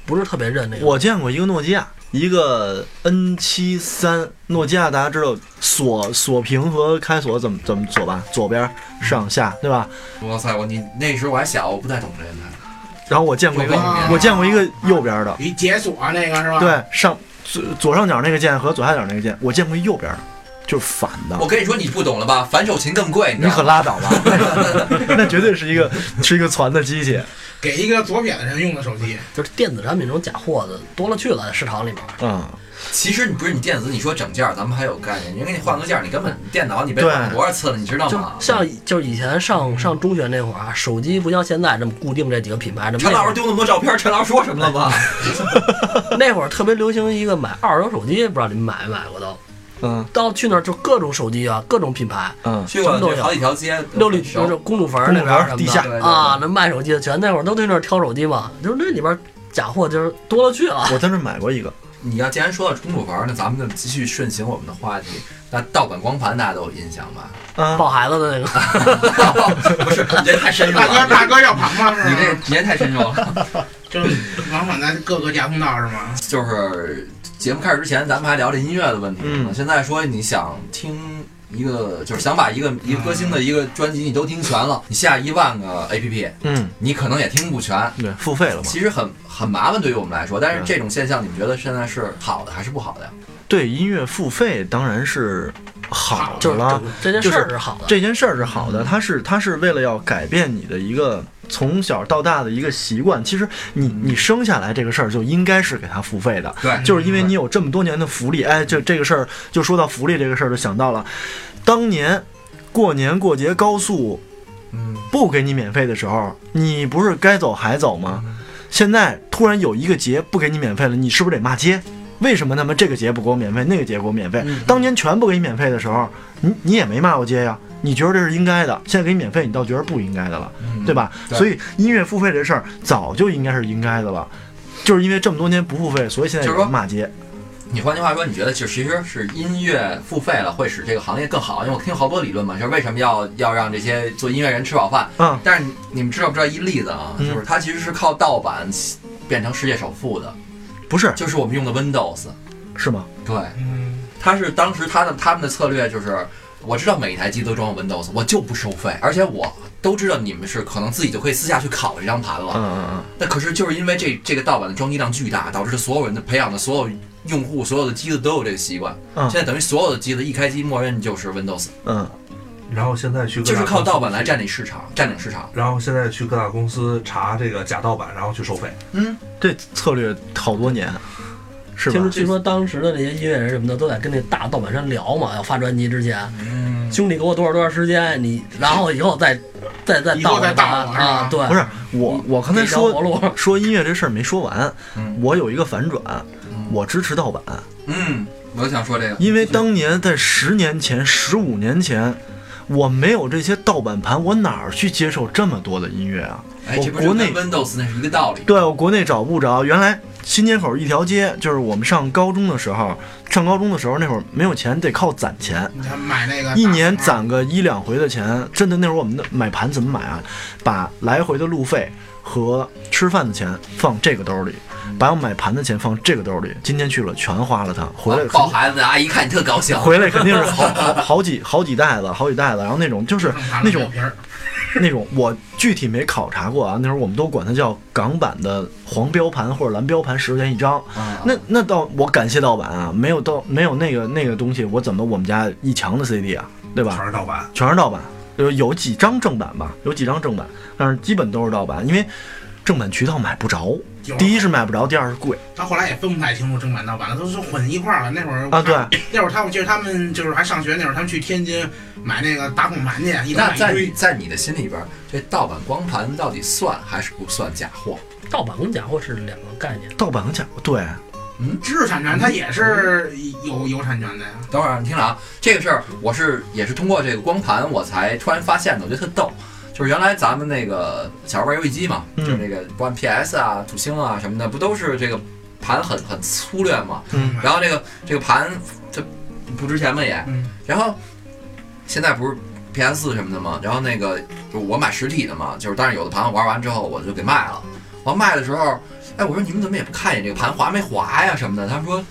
不是特别认那个。我见过一个诺基亚，一个 N 七三，诺基亚大家知道锁锁屏和开锁怎么怎么锁吧，左边上下对吧？哇塞，我你那时候我还小，我不太懂这个。然后我见过一个右边，我见过一个右边的，一解锁那个是吧？，对，上左左上角那个键和左下角那个键，我见过一右边的，就是反的。我跟你说你不懂了吧？反手琴更贵，你知你道可吗？拉倒吧，那绝对是一个是一个攒的机器。给一个左撇子人用的手机，就是电子产品这种假货的多了去了，在市场里面。嗯，其实你不是你电子，你说整件儿，咱们还有概念。人给你换个件儿，你根本电脑你被对换过多少次了，你啊知道就吗？像就是以前上上中学那会儿啊，手机不像现在这么固定这几个品牌，这么陈老那会师儿丢那么多照片，陈老师说什么了 *laughs* 吗？那会儿特别流行一个买二手手机，不知道你们买没买过都。嗯到去那儿就各种手机啊，各种品牌，嗯，去过什么都这有好几条街，六里熟就是公主坟那边儿什公主坟么的地下对对对啊，那卖手机的全那会儿都去那儿挑手机嘛，就是那里边假货就是多了去了。我在那儿买过一个，你要既然说到中古玩，那咱们就继续顺行我们的话题。那盗版光盘大家都有印象吧？ *laughs* 啊，抱孩子的那个，不是，你这太深入大哥了。大哥要盘吗？是你这吗？你这太深入了。就是往返在各个交通道是吗？就是节目开始之前，咱们还聊这音乐的问题呢。嗯现在说你想听一个，就是想把一个一个歌星的一个专辑你都听全了，你下一万个 A P P，嗯，你可能也听不全。对，付费了嘛。其实很很麻烦，对于我们来说。但是嗯这种现象，你们觉得现在是好的还是不好的呀？对音乐付费当然是好就是嗯的啦整，这件事儿是好的，这件事儿是好的，它是它是为了要改变你的一个从小到大的一个习惯。其实你嗯你生下来这个事儿就应该是给它付费的，对 *laughs* 就是因为你有这么多年的福利。哎，这这个事儿就说到福利这个事儿，就想到了当年过年过节高速嗯，不给你免费的时候，你不是该走还走吗？现在突然有一个节不给你免费了，你是不是得骂街？为什么他们这个节不给我免费，那个节给我免费？嗯当年全不给你免费的时候，你你也没骂过街呀，你觉得这是应该的，现在给你免费，你倒觉得不应该的了，嗯对吧？对所以音乐付费这事儿早就应该是应该的了，就是因为这么多年不付费，所以现在就是有说人骂街。你换句话说，你觉得就其实是音乐付费了会使这个行业更好？因为我听好多理论嘛，就是为什么要要让这些做音乐人吃饱饭？嗯，但是你你们知道不知道一例子啊？嗯就是它其实是靠盗版变成世界首富的，不是就是我们用的 Windows。是吗？对，嗯，它是当时它的他们的策略就是，我知道每一台机都装有 Windows，我就不收费，而且我都知道你们是可能自己就可以私下去拷这张盘了。嗯嗯嗯，那可是就是因为这这个盗版的装机量巨大，导致所有人的培养的所有用户、所有的机子都有这个习惯。嗯现在等于所有的机子一开机，默认就是 Windows，嗯，然后现在去各就是大靠公司盗版来占领市场，占领市场。然后现在去各大公司查这个假盗版，然后去收费。嗯，这策略好多年，是吧听说？据说当时的那些音乐人什么的都在跟那大盗版商聊嘛，要发专辑之前，嗯兄弟给我多少多少时间，你然后以后再再再以盗后我再的盗盘我是吧啊，对，不是我，我刚才给一条说活路，说音乐这事儿没说完，嗯我有一个反转，嗯我支持盗版，嗯，我想说这个，因为当年在十年前、十五年前，我没有这些盗版盘，我哪儿去接受这么多的音乐啊？哎，我这不是国内跟 Windows 那是一个道理。对我国内找不着，原来新街口一条街，就是我们上高中的时候，上高中的时候那会儿没有钱，得靠攒钱。你看买那个一年大攒个一两回的钱，真的那会儿我们的买盘怎么买啊？把来回的路费和吃饭的钱放这个兜里，把我买盘的钱放这个兜里。今天去了全花了它，回来抱孩子的阿姨看你特高兴。 *laughs* 回来肯定是好好好几好几袋子，好几袋子。然后那种 *laughs* 就是盘上那有种皮儿那种，我具体没考察过啊。那时候我们都管它叫港版的黄标盘或者蓝标盘，十块钱一张。啊那那倒我感谢盗版啊，没有盗没有那个那个东西，我怎么我们家一墙的 CD 啊，对吧？全是盗 *laughs* 版。全是盗版，有有几张正版吧，有几张正版，但是基本都是盗版，因为正版渠道买不着。有第一是买不着，第二是贵他后来也分不太清楚正版盗版了，都是混一块儿了。那会儿啊。对，，那会儿他我记得他们就是还上学那会儿，他们去天津买那个打孔盘去，一那打在一你堆。在你的心里边，这盗版光盘到底算还是不算假货？盗版跟假货是两个概念。盗版和假货对，知识产权它也是有有产权的呀，等会儿啊你听着啊，这个事儿我是也是通过这个光盘我才突然发现的，我觉得特逗。就是就是原来咱们那个小时候玩游戏机嘛，嗯就是那个不按 PS 啊、土星啊什么的，不都是这个盘很很粗略嘛？嗯然后这个这个盘这不值钱嘛也，嗯然后现在不是 PS 4什么的嘛，然后那个就是我买实体的嘛，就是但是有的盘我玩完之后我就给卖了，完卖的时候，哎，我说你们怎么也不看见这个盘滑没滑呀什么的，他们说。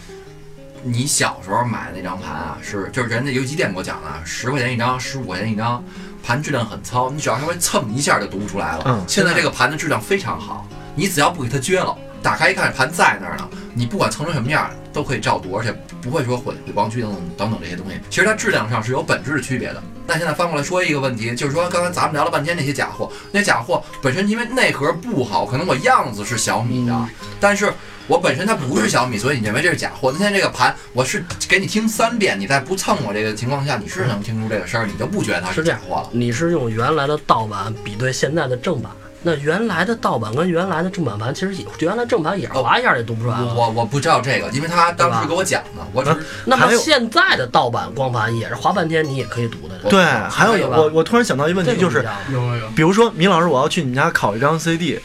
你小时候买的那张盘啊，是就是人家游戏机店给我讲的，啊十块钱一张，十五块钱一张，盘质量很糙，你只要稍微蹭一下就读不出来了。嗯现在这个盘的质量非常好，你只要不给它撅了，打开一看盘在那儿呢，你不管蹭成什么样都可以照读，而且不会说毁毁光区等等等等这些东西。其实它质量上是有本质的区别的。但现在翻过来说一个问题，就是说刚才咱们聊了半天那些假货，那假货本身因为内核不好，可能我样子是小米嗯的，但是我本身它不是小米，所以你认为这是假货。那现在这个盘，我是给你听三遍，你在不蹭我这个情况下，你是能听出这个声儿，你就不觉得它是这假样货了。你是用原来的盗版比对现在的正版，那原来的盗版跟原来的正版盘其实也，原来正版也是划一下也读不出来啊我了。我我不知道这个，因为他当时给我讲的，我只嗯是那么还有现在的盗版光盘也是划半天你也可以读的。我对，还有一个对吧我我突然想到一个问这题，个就不一是样了有有有，比如说米老师，我要去你家拷一张 CD，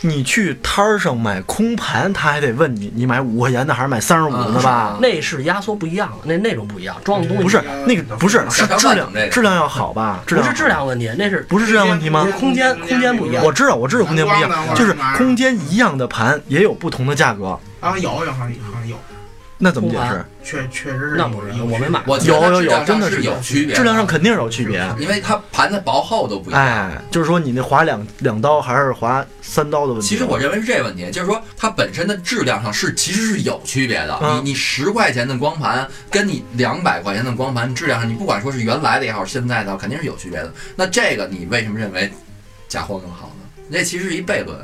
你去摊儿上买空盘，他还得问你，你买五块钱的还是买三十五的吧？内饰压缩不一样了，那内容不一样，装的东西不是那个，不是嗯是质量这个质量要好吧？质不量是好质，量问题，那是不是质量问题吗？空间空间不一样我知道，我知道空间不一蓝光的样，就是或者什么空间一样的盘也有不同的价格，啊，有有好像好像有，那怎么解空释盘？确确实是那不是有我没买。我觉得有有有质量上真的是是有有区别的，质量上肯定是有区别。因为它盘的薄厚都不一样。哎，就是说你那划两两刀还是划三刀的问题。其实我认为是这个问题，就是说它本身的质量上是其实是有区别的。嗯你你十块钱的光盘跟你两百块钱的光盘质量上，你不管说是原来的也好，现在的肯定是有区别的。那这个你为什么认为假货更好呢？这其实是一悖论。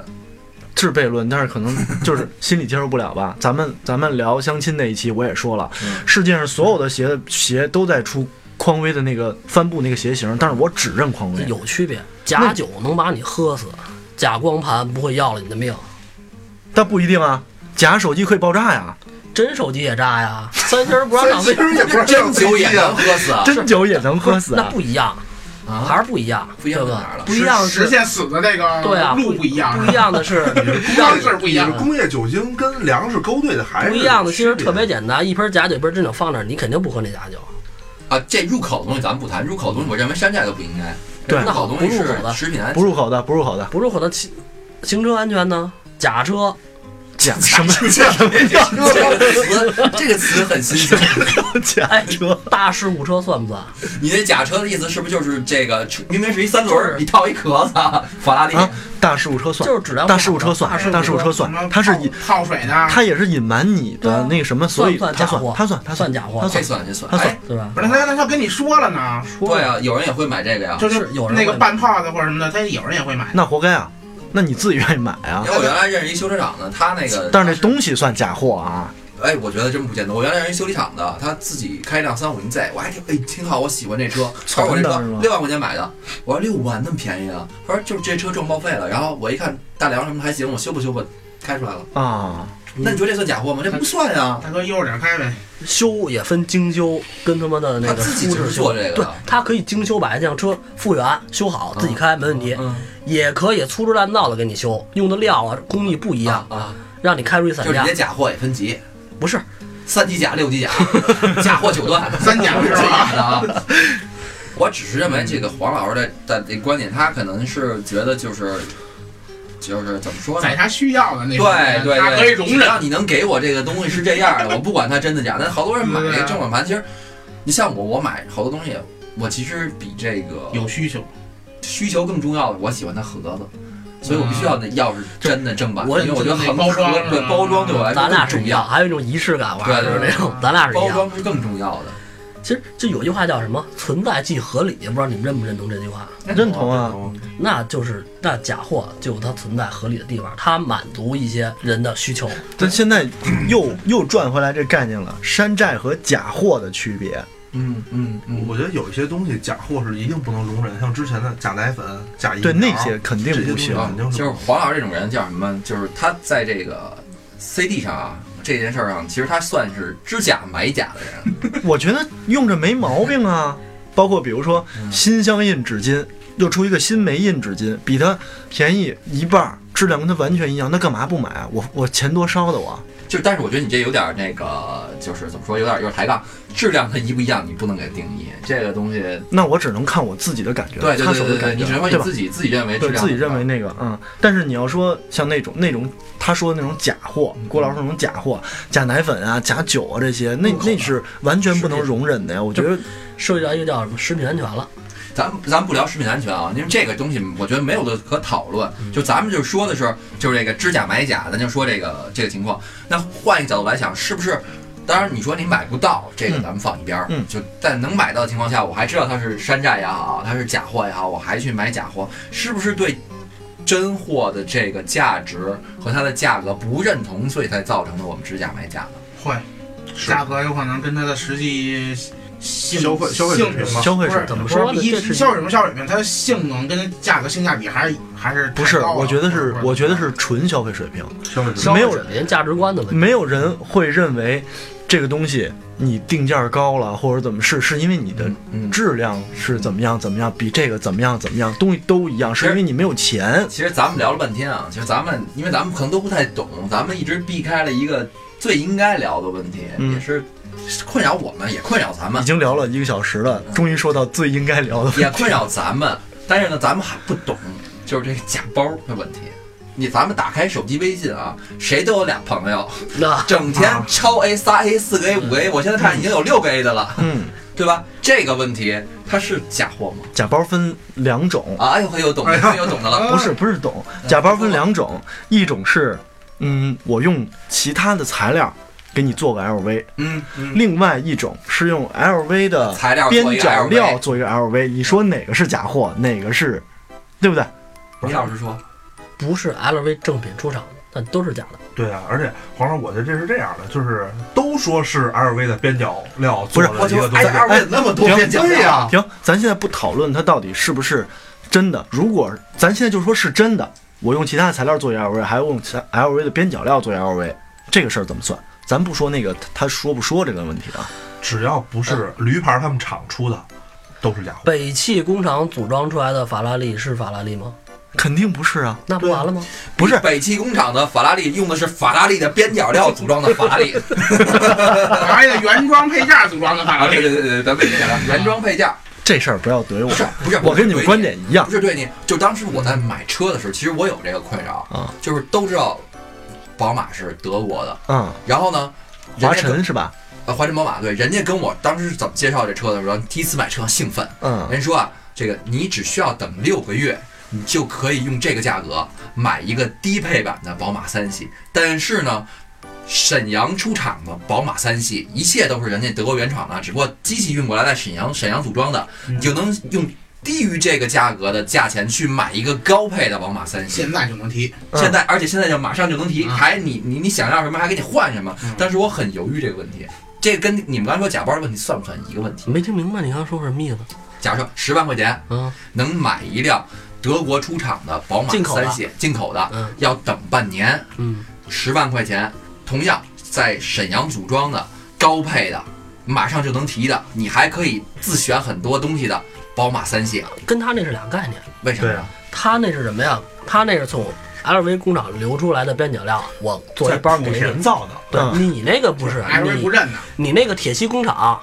是悖论，但是可 *laughs* 能就是心里接受不了吧。咱们咱们聊相亲那一期，我也说了，嗯世界上所有的鞋鞋都在出匡威的那个帆布那个鞋型，但是我只认匡威。有区别。假酒能把你喝死，假光盘不会要了你的命。但不一定啊，假手机可以爆炸呀，真手机也炸呀，三星儿不让三长星辈儿也不是真酒也能喝死啊！真酒也能喝死 *laughs* 那啊。不一样，还啊，是不一样，不一样对在吧哪儿了不一样实是，现死的这个对啊，路不一样，不一样的是，方式不一样你是工业酒精跟粮食勾兑的还是啊不一样的其实区别特别简单，一瓶假酒一瓶真酒放那儿，你肯定不喝那假酒。啊，这入口的东西咱们不谈，入口的东西我认为山寨都不应该。对入口的东西那好不入是口的食品安不全。入口的，不入口的，不入口的行行车安全呢？假车假什 *laughs* 么这个词，这个词很新鲜。假车？哎大事故车算不算？你那假车的意思是不是就是这个？明明是一三轮儿，你套一壳子，法拉利。啊大事故车算就，是质量不好大事故车大算，事大事故车什么算，它是隐，泡水的，它也是隐瞒你的那个什么，所以啊算不算它假算货，它算，它算算假货它这算。算这算，啊他算哎，对吧？不是他他他跟你说了呢，对啊，有人也会买这个呀。就是有人那个会半泡的或者什么的，他有人也会买。那活该啊，那你自己愿意买啊因。哎为我原来认识一修车厂的，他那个，但是那东西算假货啊，哎，我觉得真不见得。我原来认识一修理厂的，他自己开一辆三五零 Z，我还挺哎挺好，我喜欢这车。他说我这存车的是吗六万块钱买的，我说六万那么便宜啊？他说就是这车撞报废了，然后我一看大梁什么还行，我修吧修吧，开出来了。啊，那你说这算假货吗？这不算啊呀。大哥悠着点开呗，修也分精修跟他妈的那个他自己舒就是适做修，这个的对，他可以精修把这辆车复原修好自己开没问题，嗯，也可以粗制滥造的给你修，用的料啊工艺不一一样，啊，让你开出一散就是你架这。假货也分级，不是，三级甲、六级甲， *laughs* 假货九段。三甲是这样 *laughs* 吧？的啊。我只是认为这个黄老师的的这观点，他可能是觉得就是就是怎么说呢在？他需要的那种对人对他可以对，容只忍。要你能给我这个东西是这样 *laughs* 的，我不管它真的假的。但好多人买啊这个正版盘，其实你像我，我买好多东西，我其实比这个有需求，需求更重要的，我喜欢它盒子。所以我必须要那钥匙真的正版，我因为我觉得那横包装盒对啊包装对我来说咱俩更是重一样，要，还有一种仪式感玩儿，对就是对那对种，咱俩是一包样。装是更重要的。其实就有句话叫什么“存在即合理”，不知道你们认不认同这句话？认同啊，嗯那就是那假货就有它存在合理的地方，它满足一些人的需求。但现在又又转回来这概念了，山寨和假货的区别。嗯嗯嗯，我觉得有一些东西假货是一定不能容忍，像之前的假奶粉、假疫苗，对那些肯定这些不东西行肯定就是黄老师这种人叫什么？就是他在这个 CD 上啊这件事儿上，其实他算是知假买假的 *laughs* 人。我觉得用着没毛病啊。包括比如说新相印纸巾，又出一个新梅印纸巾，比它便宜一半儿，质量跟它完全一样，那干嘛不买啊？我我钱多烧的我，就但是我觉得你这有点那个，就是怎么说，有点有点抬杠。质量它一不一样，你不能给定义这个东西。那我只能看我自己的感觉，对对看对手的对对，感你觉，只能说对你吧？自己自己认为质对量，自己认为那个，嗯，但是你要说像那种那种他说的那种假货，郭老师那种假货，假奶粉啊、假酒啊这些，那入口的那是完全不能容忍的呀。我觉得涉及到一个叫什么食品安全了。咱咱不聊食品安全啊，因为这个东西我觉得没有的可讨论。嗯就咱们就说的是，就是这个知假买假，咱就说这个这个情况。那换一个角度来想，是不是？当然，你说你买不到这个，嗯咱们放一边儿。嗯就在能买到的情况下，我还知道它是山寨也好，它是假货也好，我还去买假货，是不是对真货的这个价值和它的价格不认同，所以才造成的我们知假买假呢？会，价格有可能跟它的实际性消费消费水性平嘛消费不者是怎么不说是呢？一这是是消费水平消费水平，它的性能跟价格性价比还是还是太嗯不是，高了我觉得是或者，我觉得是纯消费水平，消费者消没费有者的人价值观的问题。没有人会认为这个东西你定价高了或者怎么是，是因为你的嗯，质量是怎么样怎么样，比这个怎么样怎么样，东西都一样，是因为你没有钱。其实咱们聊了半天啊，其实咱们因为咱们可能都不太懂，咱们一直避开了一个最应该聊的问题，嗯也是困扰我们，也困扰咱已们，经聊了一个小时了，终于说到最应该聊的也困扰咱们。但是呢，咱们还不懂，就是这个假包的问题。你咱们打开手机微信啊，谁都有俩朋友，那整天啊超 A、仨 A、四个 A、五个 A，我现在看已经有六个 A 的了，嗯，对吧？这个问题它是假货吗？假包分两种，啊，哎呦，有懂的，有懂的了。 *laughs* 不是不是懂，嗯假包分两种，一种是，嗯，我用其他的材料给你做个 LV，嗯嗯，另外一种是用 LV 的材料哎做边一个角 LV 料做一个 LV，你说哪个是假货，哪个是，对不对？李老师说，不是 LV 正品出厂的，那都是假的。对啊，而且皇上，我觉得这是这样的，就是都说是 LV 的边角料做我的一就个东哎西，二位怎么那么多行边角对料呀啊。停，咱现在不讨论它到底是不是真的，如果咱现在就说是真的，我用其他的材料做一 LV，还用其他 LV 的边角料做一 LV，这个事儿怎么算？咱不说那个他他说不说这个问题啊，只要不是驴牌他们厂出的，都是假货。北汽工厂组装出来的法拉利是法拉利吗？肯定不是啊，那不完了吗？不是北汽工厂的法拉利用的是法拉利的边角料组装的法拉 *laughs* 利，还得原装配件组装的法啊，拉对 *laughs* 利。对对对，咱们讲了原装配件，这事儿不要怼不是啊我，不是，我跟你们观点。点一样不。是对你，就当时我在买车的时候，其实我有这个困扰，啊就是都知道宝马是德国的，嗯，然后呢，人华家跟晨是吧？呃华晨宝马对，人家跟我当时是怎么介绍这车的时候，第一次买车兴奋，嗯，人说啊，这个你只需要等六个月，你就可以用这个价格买一个低配版的宝马三系。但是呢，沈阳出厂的宝马三系，一切都是人家德国原厂的，只不过机器运过来在沈阳沈阳组装的，嗯你就能用低于这个价格的价钱去买一个高配的宝马三系。现在就能提，嗯现在，而且现在就马上就能提，嗯还你你你想要什么还给你换什么嗯，但是我很犹豫这个问题，这跟你们刚才说假包的问题算不算一个问题？没听明白你刚说什么意思？假设十万块钱，嗯能买一辆德国出厂的宝马进口的三系进口的，嗯要等半年，嗯，十万块钱，同样在沈阳组装的高配的，马上就能提的，你还可以自选很多东西的宝马三系，跟他那是俩概念。为什么对呀啊？他那是什么呀？他那是从 LV 工厂流出来的边角料，我做一包给莆田你。造的，对、嗯你那个不是，还是你不认呢。你那个铁西工厂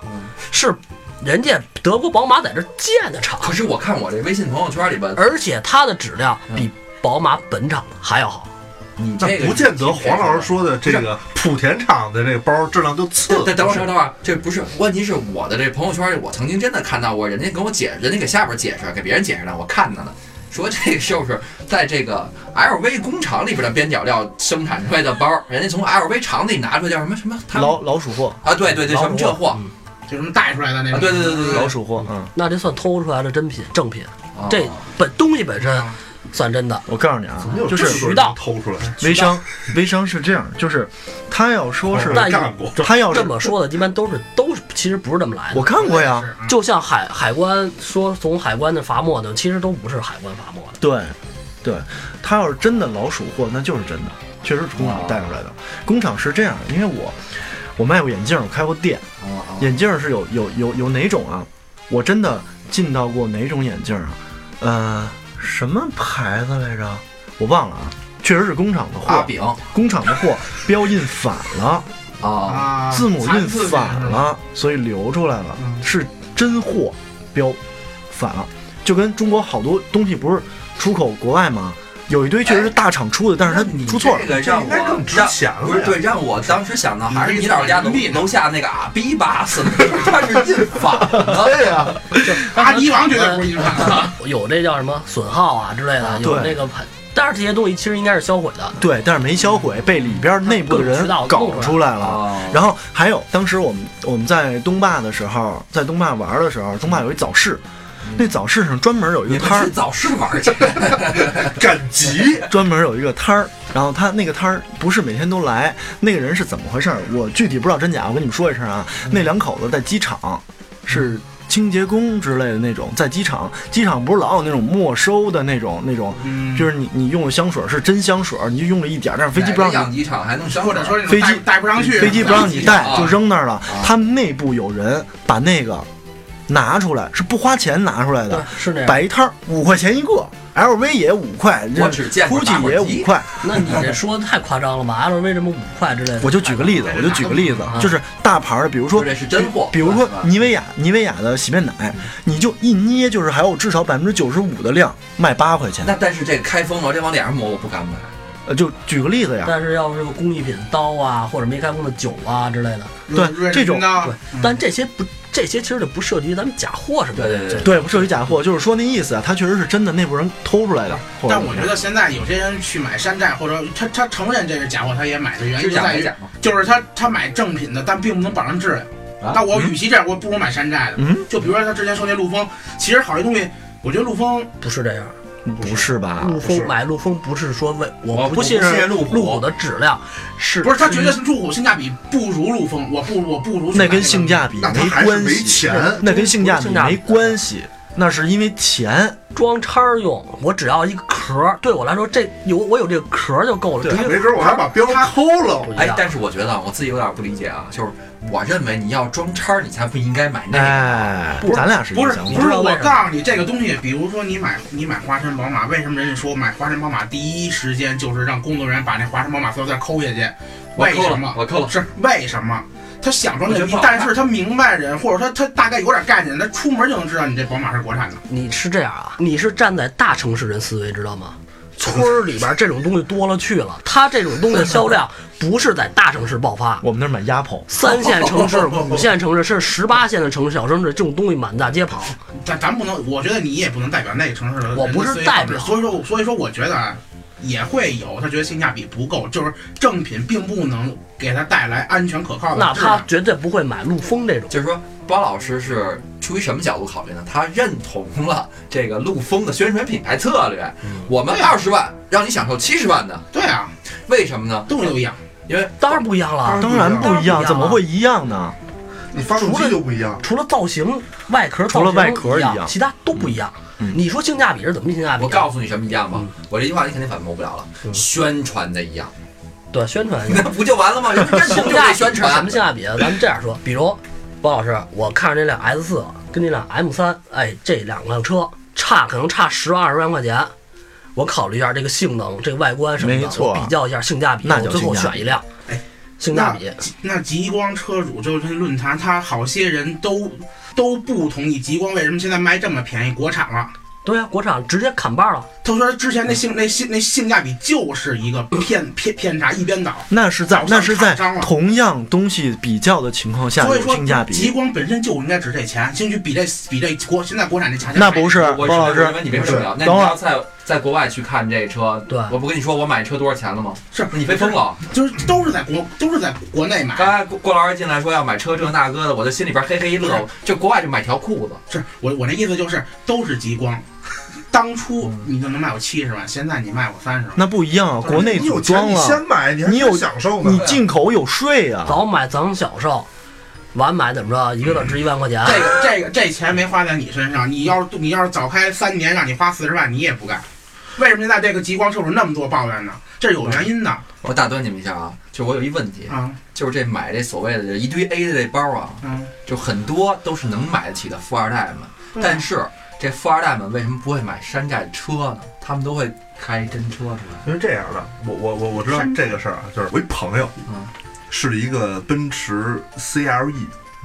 是人家德国宝马在这建的厂，可是我看我这微信朋友圈里边，而且它的质量比宝马本厂的还要好。你那这个不见得黄老师说的这个莆田厂的这个包质量就次等。等等会儿，等会儿，这不是问题，是我的这朋友圈里，我曾经真的看到过，人家跟我解，人家给下边解释，给别人解释呢，我看着呢，说这个就是在这个 LV 工厂里边的边角料生产出来的包，人家从 LV 厂里拿出来叫什么什么他们老老鼠货，啊，对对对，老什么这货嗯就什么带出来的那啊，种。对对对对老对，鼠货。嗯，那这算偷出来的真品正品，这啊本东西本身嗯算真的。我告诉你啊怎么，有就这么是多人渠道偷出来，微商，微商是这样，就是他要说是我但干过。他要这是么说的，一般都是 *laughs* 都是其实不是这么来的我。看过呀，是啊就像海海关说从海关的罚没的，其实都不是海关罚没的。对，对，他要是真的老鼠货，那就是真的，确实是工厂带出来的。工厂是这样，因为我我卖过眼镜，我开过店，啊啊眼镜是有有有有哪种啊？我真的进到过哪种眼镜啊？呃，什么牌子来着？我忘了啊，确实是工厂的阿货，炳工厂的货标印反了，啊，啊，字母残印次品反是吧，了，所以流出来了，嗯是真货标反了，就跟中国好多东西不是出口国外吗？有一堆确实是大厂出的，但是那你它出错了这。个让应该我更值让。钱不了是呀。对，让我当时想到还是你可以你老家楼做人民币呢楼下那个阿逼巴死的， *laughs* 他是印反的呀。阿迪王绝对不是一般的。有这叫什么损耗啊之类的，有对那个盘，但是这些东西其实应该是销毁的。对，但是没销毁，被里边内部的人它各种渠道搞出弄出来了。哦然后还有，当时我们我们在东坝的时候，在东坝玩的时候，东坝有一早市，那早市上专门有一你个们摊去儿，早市玩去，赶集，专门有一个摊儿。然后他那个摊儿不是每天都来，那个人是怎么回事儿？我具体不知道真假，我跟你们说一声啊。那两口子在机场是清洁工之类的那种，在机场，机场不是老有那种没收的那种那种，嗯就是你你用的香水是真香水，你就用了一点儿，但是飞机不让你养鸡场还能上或者说那飞种机带带不上去，飞机不让你带啊，就扔那儿了。他们内部有人把那个拿出来，是不花钱拿出来对的，，是那样。摆一摊儿五块钱一个，LV 也五块，这我只见过打 GUCCI 火也机五块。那你 *laughs* 这说的太夸张了吧？LV 什么五块之类的，我就举个例子，我就举个例子，就是大牌儿，比如说说这是真货，嗯比如是说吧妮维雅，妮维雅的洗面奶，你就一捏就是还有至少百分之九十五的量，卖八块钱。那但是这个开封了，这往脸上抹我不敢买。呃，就举个例子呀，但是要是个工艺品刀啊，或者没开封的酒啊之类的，对润这种润刀对，但这些不，这些其实就不涉及咱们假货什么对的。对对这对，不涉及假货，就是说那意思啊，它确实是真的，内部人偷出来的。嗯或者但我觉得现在有些人去买山寨，或者他他承认这是假货，他也买的原是因就假在没于假吗？就是他他买正品的，但并不能保证质量。啊但我与其这样，我不如买山寨的。嗯就比如说他之前说那陆风，其实好些东西，我觉得陆风不是这样，啊不是吧？陆不是丰买陆丰不是说为我我不不信信任陆陆虎虎的质量，是不是他觉得入虎性价比不如陆风，我不我不如去买那跟个性价比那他还是关没系，钱。那跟性价比不是性价没比关系，那是因为钱。装叉儿用，我只要一个壳儿，对我来说这有我有这个壳儿就够了。对直接没准我还把标抠了，不一哎样，但是我觉得啊我自己有点不理解啊，就是我认为你要装叉儿，你才不应该买那个。哎不，是咱俩是一不个是想不法。是，我告诉你这个东西，比如说你买你买华晨宝马，为什么人家说买华晨宝马第一时间就是让工作人员把那华晨宝马塑料袋抠下去？我为扣什了么，？我扣了。是为什么？他想装我觉得牛逼不好，看但是他明白人，或者说他他大概有点概念，他出门就能知道你这宝马是国产的。你是这样啊？你是站在大城市人思维，知道吗？村儿里边这种东西多了去了，它这种东西的销量不是在大城市爆 *laughs* 发，我们那儿买鸭跑，三线城市、五线城市，甚至十八线的城市、小城市，这种东西满大街跑。咱咱不能，我觉得你也不能代表那个城市的人的我不是思维方式代表所以说所以说我觉得啊，也会有他觉得性价比不够，就是正品并不能给他带来安全可靠的那质量。他绝对不会买陆丰这种。就是说，包老师是出于什么角度考虑呢？他认同了这个陆丰的宣传品牌策略。嗯我们对啊二十万让你享受七十万的，对啊，为什么呢？东西都一样。因为啊当然不一样了，当然不一样，当然不一样啊怎么会一样呢？你发动机就不一样。除了啊造型、外壳造型除了外壳一一样其他都不一样。你说性价比是怎么性价比啊？我告诉你什么一样嗯吧，我这句话你肯定反驳不了了。宣传的一样，对宣传一下 *laughs* 那不就完了吗？人家认同性就价这比宣是传什么性价比啊？咱们这样说，比如包老师，我看着那辆 S 四跟那辆 M 三，哎，这两辆车差可能差十万二十万块钱，我考虑一下这个性能、这个外观什么的，没错啊我比较一下性价比，那我叫最后性价比选一辆。哎，性价比那极光车主就是这论坛，他好些人都都不同意极光为什么现在卖这么便宜，国产了。对呀、国产直接砍半了。他说之前那性那性那性价比就是一个骗骗骗啥一边倒。那是在早上那是在厂商了同样东西比较的情况下所以有说性价，比极，光本身就应该值这钱，兴许比这比这国现在国产这价钱那不是我包老我师认为你没说了，那等你会要儿在在国外去看这车，对我不跟你说我买车多少钱了吗？是你被封了。就是都是在国都是在国内买刚。啊才郭郭老师进来说要买车这那哥的，我就心里边嘿嘿一乐。就国外就买条裤子，是我我那意思就是都是极光，当初嗯你就能卖我七十万，现在你卖我三十万。那不一样啊，国内你有组钱装你了，先买，你还你有能享受呢你。进口有税啊。早买早享享受，晚买怎么着？一个月值一万块啊钱。这个这个这钱没花在你身上，你要是你要是早开三年，让你花四十万，你也不干。为什么现在这个极光车主那么多抱怨呢？这是有原因的我打断你们一下啊，就是我有一问嗯题，啊，就是这买这所谓的这一堆 A 的这包啊，嗯，就很多都是能买得起的富二代们，对啊但是这富二代们为什么不会买山寨车呢？他们都会开真车出来。因为这样的，我我我我知道这个事儿啊，就是我一朋友，嗯是一个奔驰 CLE，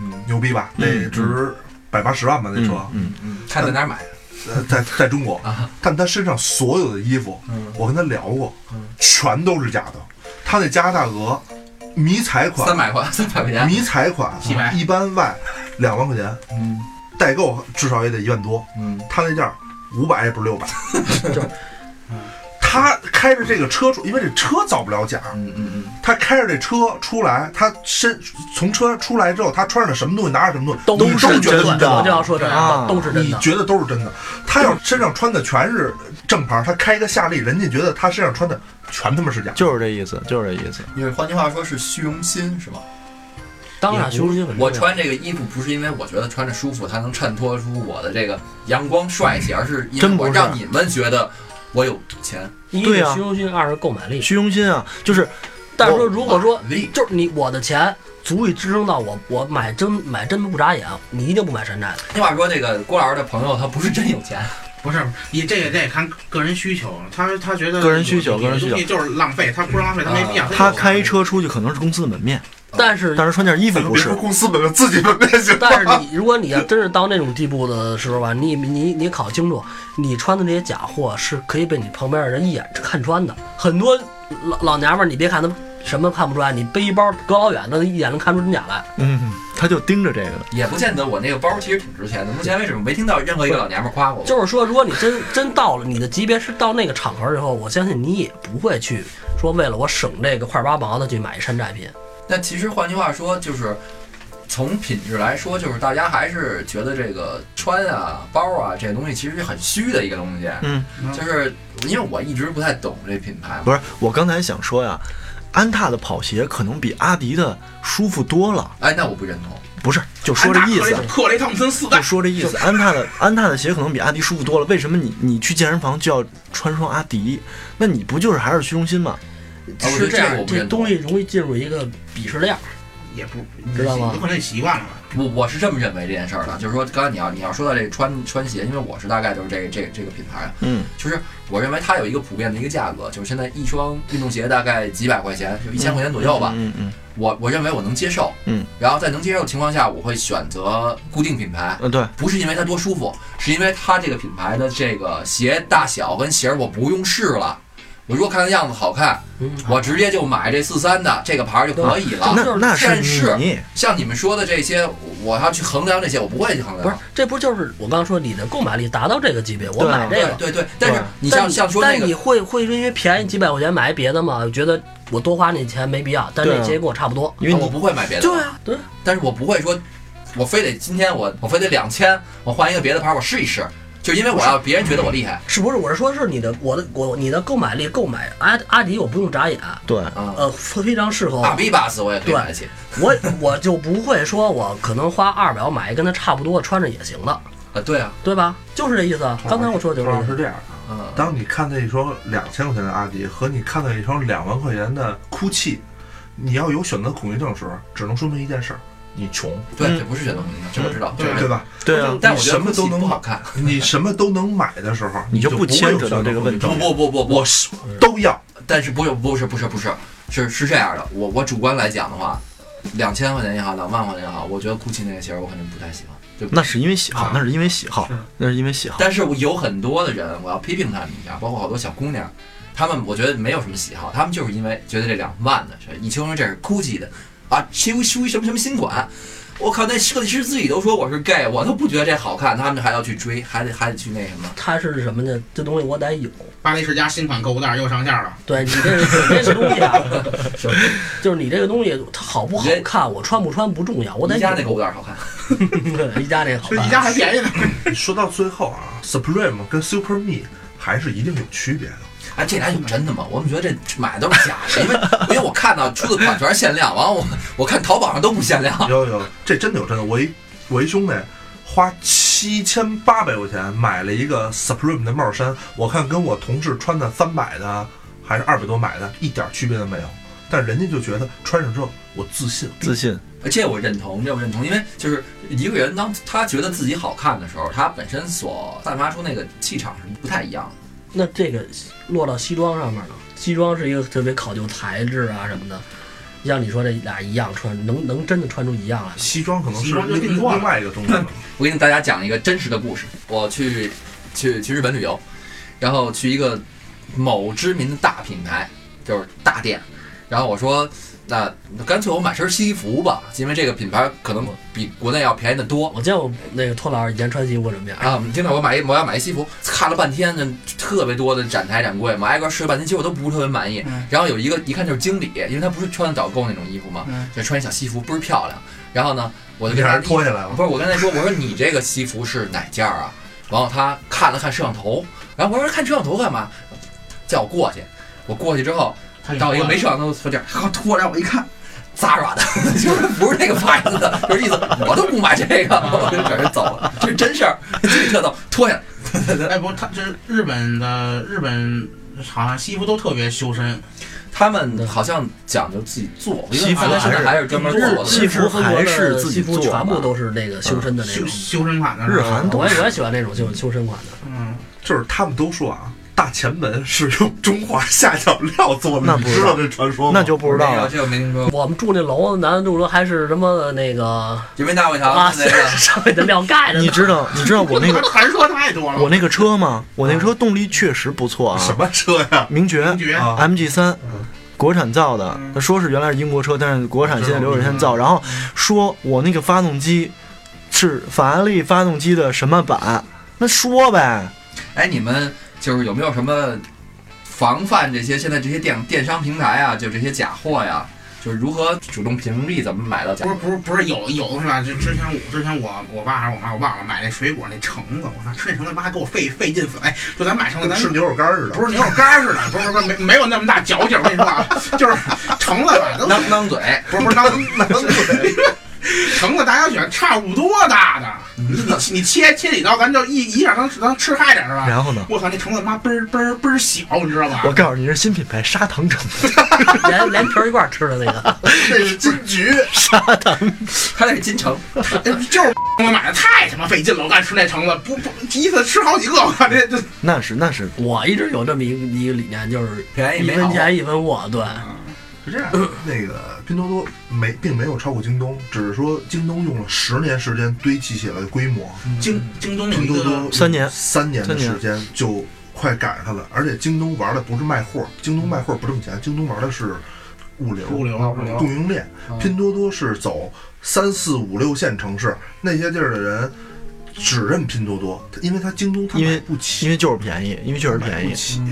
嗯牛逼吧？那值百八十万吧，那车，嗯，嗯，看在哪儿买的？呃在在中国啊，但他身上所有的衣服，嗯，我跟他聊过嗯，全都是假的。他那加拿大鹅迷彩三款，百块， *laughs* 三百块钱。迷彩款七百一般外两万块钱，嗯代购至少也得一万多，嗯，他那件五百也不是六百。他开着这个车出，因为这车造不了假，嗯嗯嗯，他开着这车出来，他身从车出来之后，他穿着什么东西，拿着什么东西，都都是是真的啊我就要说这啊个，都是真你的。觉得都是真的。他要身上穿的全是正牌，他开个夏利，人家觉得他身上穿的全他妈是假。就是这意思，就是这意思。因为换句话说是虚荣心是吧？当然，熊出心很重要我穿这个衣服不是因为我觉得穿着舒服，它能衬托出我的这个阳光帅气，而是因为真不我是让你们觉得我有钱。一对是啊虚荣心，二是购买力。虚荣心啊，就是但是说，如果说力就是你我的钱足以支撑到我我买真买真的不眨眼，你一定不买山寨的。听话说，这个郭老师的朋友他不是真有钱，不是你这也得看个人需求，他他觉得个人需求有个人需求有嗯些东西就是浪费，他不浪费他没必要。他开车出去可能是公司的门面，但是但是穿件 *laughs* 衣服不别是说。公司本了，自己本面 *laughs* 行。但是你如果你要真是到那种地步的时候吧，你你你考清楚，你穿的那些假货是可以被你旁边的人一眼看穿的。很多老老娘们儿，你别看她们什么看不出来，你背一包隔老远的，一眼能看出真假来。嗯，他就盯着这个了。也不见得我那个包其实挺值钱的。目前为止，我没听到任何一个老娘们夸过我。就是说，如果你真真到了你的级别是到那个场合以后，我相信你也不会去说为了我省这个块八毛的去买山寨品。那其实换句话说，就是从品质来说，就是大家还是觉得这个穿啊、包啊这东西其实是很虚的一个东西。嗯，就是因为我一直不太懂这品牌嘛。不是，我刚才想说呀，安踏的跑鞋可能比阿迪的舒服多了。哎，那我不认同。不是，就说这意思，啊克雷汤普森四代就，说这意思。安踏的安踏的鞋可能比阿迪舒服多了。为什么你你去健身房就要穿双阿迪？那你不就是还是虚荣心吗？啊我觉得这是哦这个样我，不这认同东西容易进入一个鄙视链。也不知道吗有可能习惯了吧。我我是这么认为这件事儿的，就是说，刚才你要你要说到这个穿穿鞋，因为我是大概就是这个这个这个品牌，啊嗯，就是我认为它有一个普遍的一个价格，就是现在一双运动鞋大概几百块钱，就一千块钱左右吧。嗯嗯我我认为我能接受，嗯，然后在能接受的情况下，我会选择固定品牌，嗯，对，不是因为它多舒服，是因为它这个品牌的这个鞋大小跟型儿我不用试了。我如果看它样子好看，嗯，我直接就买这四三的这个牌儿就可以了。那那但是你像你们说的这些，我要去衡量这些，我不会去衡量。不是，这不就是我刚刚说你的购买力达到这个级别，我对啊买这个。对对对，但是对你像但像说那但你个，会会因为便宜几百块钱买别的吗？觉得我多花那钱没必要，但对那啊结果差不多。因为我你不会买别的，对啊，对，但是我不会说，我非得今天我我非得两千，我换一个别的牌儿我试一试，就因为我要别人觉得我厉害是不是？我是说，是你的，我的，我你的购买力购买阿阿迪，我不用眨眼，对，啊。呃，非常适合大我。 B 巴斯我也可以对买得起，我我就不会说我可能花二百我买一跟它差不多穿着也行的，啊对啊，对吧？就是这意思啊。刚才我说的就是这老意是思。这样的，嗯，当你看到一双两千块钱的阿迪和你看到一双两万块钱的哭泣，你要有选择恐惧症的时候，只能说明一件事儿：你穷，对，嗯这不是选择恐惧症，这我知嗯道，对这我对知道吧？对啊，但我觉得什么都能不好看，你什么都能买的时候，你就就不不牵扯到这个问题不不不不不，我是都要，但是不是不是不是不是是是这样的，我我主观来讲的话，两千块钱也好，两万块钱也好，我觉得 GUCCI 那个鞋儿我肯定不太喜欢，对不对？那是因为喜好，那是因为喜好，那是因为喜好。但是我有很多的人，我要批评他们一下，包括好多小姑娘，她们我觉得没有什么喜好，她们就是因为觉得这两万的，是一听说这是 GUCCI 的啊，出出一什么什么新款。我靠！那设计师自己都说我是 gay，我都不觉得这好看，他们还要去追，还得还得去那什么。它是什么呢？这东西我得有。巴黎世家新款购物袋又上线了，对你这你这个东西啊，就是你这个东西它好不好看，我穿不穿不重要，我得宜有家那购物袋好看，宜家那好这宜看。家还便宜 *laughs* 呢。说到最后啊，Supreme 跟 Super Me 还是一定有区别的。哎，这俩有真的吗？我怎么觉得这买的都是假的？因为因为我看到出的款全是限量，完了我我看淘宝上都不限量。有有，这真的有真的。我一我一兄弟花七千八百块钱买了一个 Supreme 的帽衫，我看跟我同事穿的三百的还是二百多买的，一点区别都没有。但人家就觉得穿上之后我自信，自信，这我认同，这我认同，因为就是一个人当他觉得自己好看的时候，他本身所散发出那个气场是不太一样的。那这个落到西装上面了，西装是一个特别考究材质啊什么的，像你说这俩一样穿，能能真的穿出一样来吗？西装可能西是装就另定另做了外一个东西 *laughs* 了。我给大家讲一个真实的故事，我去去去日本旅游，然后去一个某知名的大品牌，就是大店，然后我说。那干脆我买身西服吧，因为这个品牌可能比国内要便宜的多。我见过那个托老师以前穿西服什么样，啊，真的，我买一我要买一西服，看了半天，呢，特别多的展台展柜嘛，挨个试了半天，结果都不是特别满意。嗯然后有一个一看就是经理，因为他不是穿的导购那种衣服嘛，嗯就穿一小西服，倍儿漂亮。然后呢，我就你跟还他是脱下来了，不是我跟他说，我说你这个西服是哪件儿啊？然后他看了看摄像头，然后我说看摄像头干嘛？叫我过去，我过去之后到一个没摄像头的地儿，然后突然我一看。Zara 的， *laughs* 就是不是那个牌子的，就是意思我都不买这个， *laughs* 我就转身走了，这是真事儿，这特逗，脱下来， *laughs* *laughs* 哎，不，他就是日本的日本，好像西服都特别修身，他们好像讲究自己做，因为西服现在还是专门做的，西服还是自己日式风格的西服做吧嗯全部都是那个修身的那修种。修身款的日韩我都也是我也喜欢那种就是修身款的，嗯，就是他们都说啊，大前门是用中华下脚料做的，那你不知知道道这传说吗？那就不知道了。这个没听说过，我们住那楼，南安住楼还是什么那个人民大会堂啊，那个 *laughs* 上面的料盖的呢，你知道你知道我那 *laughs* 个传说太多了。我那个车吗？我那个车动力确实不错啊，什么车呀？名爵感觉啊 MG 三，国产造的。嗯那说是原来是英国车，但是国产现在留着先造。嗯然后说我那个发动机是法拉利发动机的什么版？那说呗，哎，你们就是有没有什么防范这些现在这些电电商平台啊，就这些假货呀，就是如何主动屏蔽，怎么买到假不？是不是不是有有的是吧？就之前我之前我我爸还是我妈我忘了买那水果那橙子，我操，吃那橙子妈给我费费劲死了。哎，就咱买橙子，咱吃牛肉干似的。不是牛肉干似的，不是不是没没有那么大嚼劲儿，我跟你说啊， *laughs* 就是橙子吧，都囔囔嘴，不是不是当橙子大小选差不多大的，你你切切几刀，咱就一一下能能吃开点是吧？然后呢？我操，那橙子妈倍儿倍儿倍儿小，你知道吧？我告诉你，是新品牌砂糖橙，连 *laughs* 连皮儿一块儿吃的那个，这是金桔，他那是金城，哎就是我买的太他妈费劲了，我干吃那橙子，不不一次吃好几个，我靠，这这那是那是 *laughs* 我一直有这么一个一个理念，就是便宜一没分好。钱一分货，对，是这样，那个拼多多没并没有超过京东，只是说京东用了十年时间堆砌起来的规模，京京东有拼一多个多三年三年的时间就快赶上它了。而且京东玩的不是卖货，京东卖货不挣钱，京东玩的是物流、物流物流供应链。拼多多是走三四五六线城市那些地儿的人。只认拼多多，因为它京东它因为买不起，因为就是便宜，因为确实买便不宜。嗯起。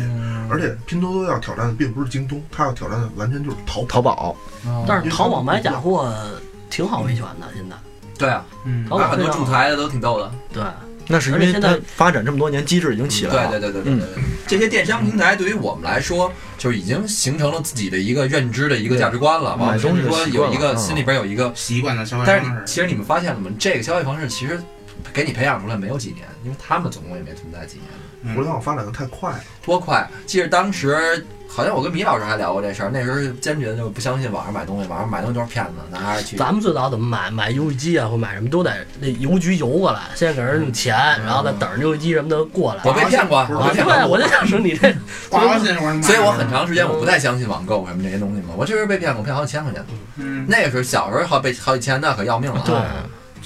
而且拼多多要挑战的并不是京东，它要挑战的完全就是淘淘宝但是淘宝买假货挺好维权的，现在对啊，嗯淘买宝很多仲裁的都挺逗的。对，那是因而且为现它在发展这么多年，机制已经 *laughs* 起对来了。嗯对对对对对，这些电商平台对于我们来说，就是已经形成了自己的一个认知的一个价值观了。嗯买东西甚至说习惯有了一个嗯心里边有一个习惯的消费但是方你式。其实你们发现了吗？这个消费方式其实给你培养出来没有几年，因为他们总共也没存在几年，嗯互联网发展的太快了，多快！记得当时好像我跟米老师还聊过这事儿，那时候是坚决就不相信网上买东西，网上买东西都是骗子，咱还是去。咱们最早怎么买买邮寄机啊，或买什么都得那邮局邮过来，先给人用钱，然后再等着邮寄机什么的过来。我被骗过，我啊，被骗对，过。我就想说你这，挂微信我说妈所以我很长嗯时间我不太相信网购什么这些东西嘛，我确实被骗过，骗好几千块钱。嗯，那个时候小时候好被好几千，那可要命了。啊对，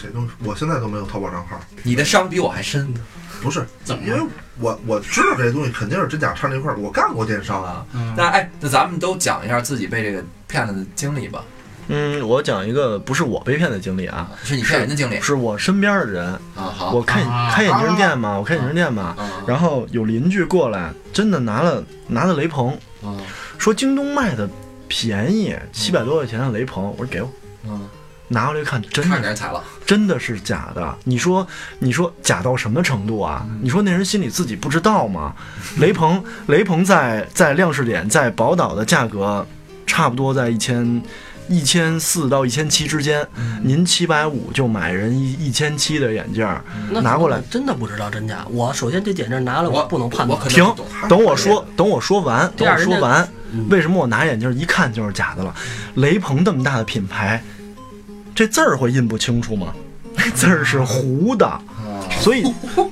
这都是我现在都没有淘宝账号，你的伤比我还深呢。不是怎么因为了？我我知道这东西肯定是真假掺了一块儿，我干过电商啊，啊，嗯那哎，那咱们都讲一下自己被这个骗了的经历吧。嗯，我讲一个不是我被骗的经历啊，是你骗人的经历是我身边的人。啊？好，我看啊开眼镜店嘛，我开眼镜店嘛，啊然后有邻居过来，真的拿了拿了雷朋，啊说京东卖的便宜，七百多块钱的雷朋，我说给我。嗯，拿回来看，真看的着踩了。真的是假的。你说，你说假到什么程度啊？嗯你说那人心里自己不知道吗？雷朋，雷朋在在亮士点，在宝岛的价格差不多在一千一千四到一千七之间。嗯您七百五就买人一一千七的眼镜儿，那拿过来真的不知道真假。我首先这眼镜拿了，我不能判我断可。能停不懂等我说，等我说完，这等样我人家说完，嗯为什么我拿眼镜一看就是假的了？雷朋这么大的品牌，这字儿会印不清楚吗？那字儿是糊的，所以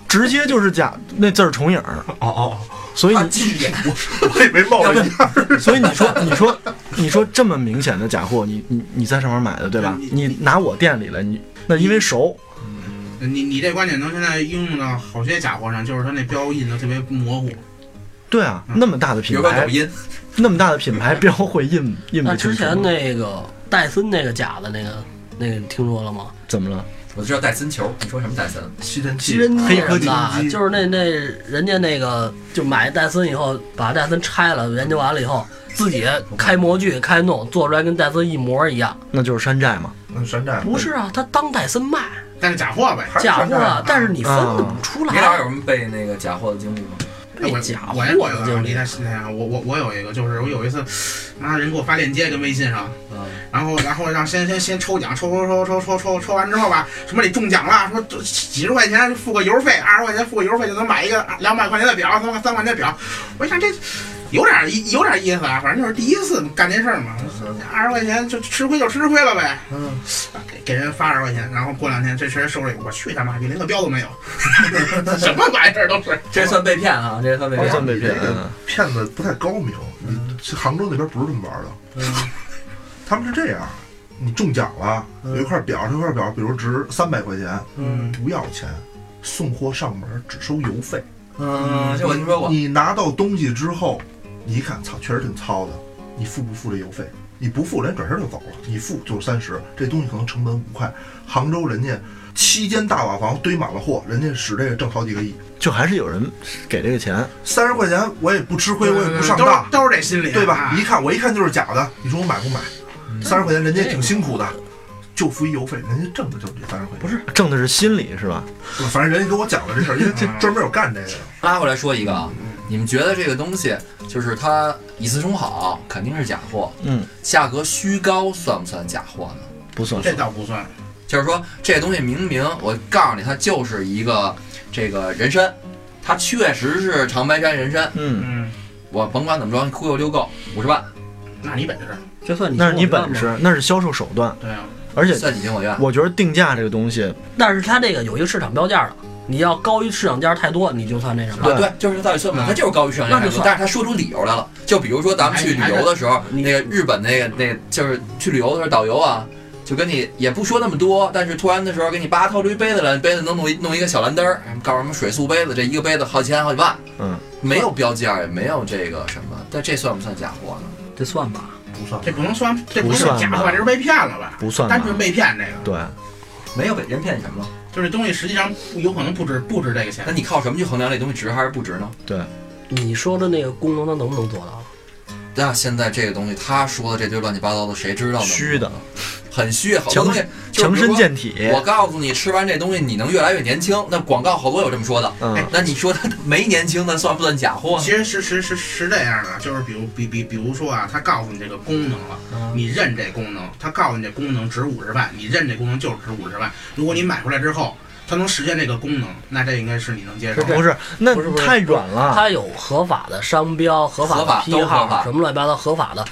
直接就是假，那字儿重影儿。哦哦，所以他你近眼，我以为冒了烟。所以你说，你说，你说这么明显的假货，你你你在上面买的对吧？你拿我店里了，你那因为熟，你你这观点能现在应用到好些假货上，就是它那标印的特别模糊。对啊，那么大的比品如说抖牌，音，那么大的品牌标会印印不那清之楚前吗。那个戴森那个假的那个那个，你听说了吗？怎么了？我知道戴森球，你说什么戴森？吸尘器，吸尘器黑什科么技的，就是那那人家那个就买戴森以后，把戴森拆了，研究完了以后，自己开模具开弄，做出来跟戴森一模一样。那就是山寨嘛。嗯，山寨不是啊，他当戴森卖但是假货呗，还是假山货寨啊，但是你分啊得不出你俩来。有什么被那个假货的经历吗？被假哎我货我我有的个经离历，他心态啊，我我我有一个，就是我有一次，妈人给我发链接跟微信上，嗯，然后然后让先先先抽奖，抽抽抽抽抽抽抽完之后吧，什么你中奖了，说这几十块钱付个邮费，二十块钱付个邮费就能买一个两百块钱的表，三三块钱的表，我一看这有点意有点意思啊，反正就是第一次干这事儿嘛，二十块钱就吃亏就吃亏了呗，嗯，给给人发二十块钱，然后过两天这谁收了一个，我去他妈逼连个标都没有，什么玩意儿都是，这算被骗啊，这算被不不骗。算被骗骗子不太高明。嗯你这杭州那边不是这么玩的，他们是这样：你中奖了，嗯有一块表，这块表比如值三百块钱，嗯不要钱，送货上门只收邮费。嗯，这我听说过。你拿到东西之后，你一看，操，确实挺糙的，你付不付这邮费？你不付，人转身就走了；你付就是三十，这东西可能成本五块。杭州人家七间大瓦房堆满了货，人家使这个挣好几个亿，就还是有人给这个钱。三十块钱我也不吃亏，我也不上都是当。都是这心理，对吧？啊一看我一看就是假的，你说我买不买？三十块钱人家挺辛苦的，就付一邮费，人家挣的就是这三十块钱。不是，挣的是心理是吧？反正人家跟我讲了这事儿，因为这嗯专门有干这个的。拉回来说一个啊，你们觉得这个东西就是它以次充好，肯定是假货，嗯，价格虚高算不算假货呢？不算。这倒不算，就是说这东西明明我告诉你，它就是一个这个人参，它确实是长白山人参，嗯，嗯，我甭管怎么着，忽悠就够五十万，那你本事，这嗯算你那是你说我本知道吗。事，那是销售手段。对啊，而且算你情我愿。我觉得定价这个东西，但是它这个有一个市场标价的，你要高于市场价太多，你就算那什么。啊，对，就是到底算不算？嗯他就是高于市场价那格就，算但是他说出理由来了。就比如说咱们去旅游的时候，你那个日本那个那个就是去旅游的时候，导游啊，就跟你也不说那么多，但是突然的时候给你叭掏出一杯子来，杯子能弄一弄一个小蓝灯儿，告诉我们水素杯子，这一个杯子好几千好几万，嗯，没有标价，也没有这个什么，但这算不算假货呢？这算吧。不算这不能算，这不是不算假吧货，这是被骗了吧？不算吧单纯被骗这个，对，没有被人骗什么了？就是东西实际上不有可能不值不值这个钱那。你靠什么去衡量这东西值还是不值呢？你说的那个功能，它能不能做到？那现在这个东西，他说的这堆乱七八糟的，谁知道呢？虚的，很虚，好多东西就是强比如身说健体。我告诉你，吃完这东西你能越来越年轻。那广告好多有这么说的。嗯，那你说他没年轻，那算不算假货呢？其实是是是是这样的，就是比如比比比如说啊，他告诉你这个功能了，你认这功能，他告诉你这功能值五十万，你认这功能就是值五十万。如果你买回来之后，它能实现这个功能，那这应该是你能接受的。不是，那不是不是太远了。它有合法的商标、合法合法的批都合号法什么乱七八糟合法的，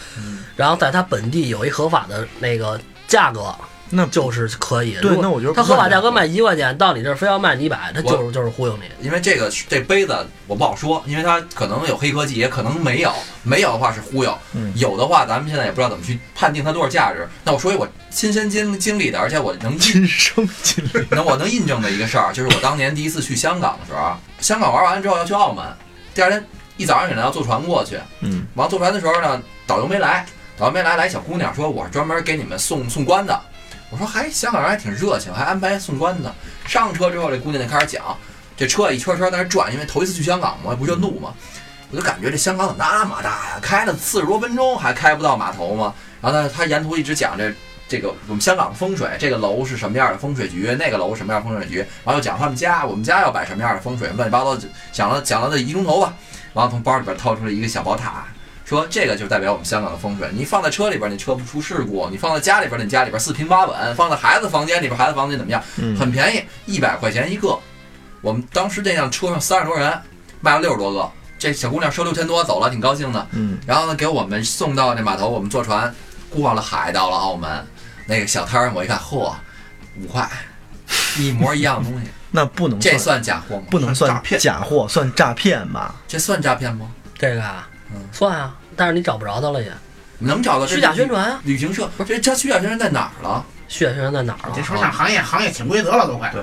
然后在它本地有一合法的那个价格，那就是可以。对如果那我觉得它不合法算价格卖一块钱，到你这儿非要卖你一百，它我就是就是忽悠你。因为这个这杯子我不好说，因为它可能有黑科技，也可能没有。没有的话是忽悠，嗯有的话咱们现在也不知道怎么去判定它多少价值。那我说一我亲身经经历的，而且我 *laughs* 能印今生今世。那我能印证的一个事儿，就是我当年第一次去香港的时候，啊香港玩完之后要去澳门，第二天一早上起来要坐船过去，嗯，完坐船的时候呢，导游没来，导游没来，来一小姑娘说我是专门给你们送送关的。我说还香港人还挺热情，还安排送关的。上车之后，这姑娘就开始讲，这车一圈圈在那转，因为头一次去香港嘛，不就怒嘛，我就感觉这香港怎么那么大呀？开了四十多分钟还开不到码头吗？然后呢，她沿途一直讲这这个我们香港的风水，这个楼是什么样的风水局，那个楼什么样的风水局，然后又讲他们家，我们家要摆什么样的风水，乱七八糟，就讲了讲了这一钟头吧。然后从包里边掏出了一个小宝塔，说这个就代表我们香港的风水。你放在车里边，你车不出事故；你放在家里边，你家里边四平八稳；放在孩子房间里边，孩子房间怎么样？嗯很便宜，一百块钱一个。我们当时那辆车上三十多人，卖了六十多个，这小姑娘收六千多走了，挺高兴的。嗯，然后呢，给我们送到这码头，我们坐船过了海，到了澳门。那个小摊儿，我一看，嚯，五块，一模一样的 *laughs* 东西，那不能这算算假货吗？不能诈算骗假货，算诈骗吧？这算诈骗吗？这个啊嗯，算啊，但是你找不着他了也，能找到这虚假宣传啊，旅行社？这这虚假宣传在哪儿了？虚假宣传在哪儿这啊？说上行业行业潜规则了都快对。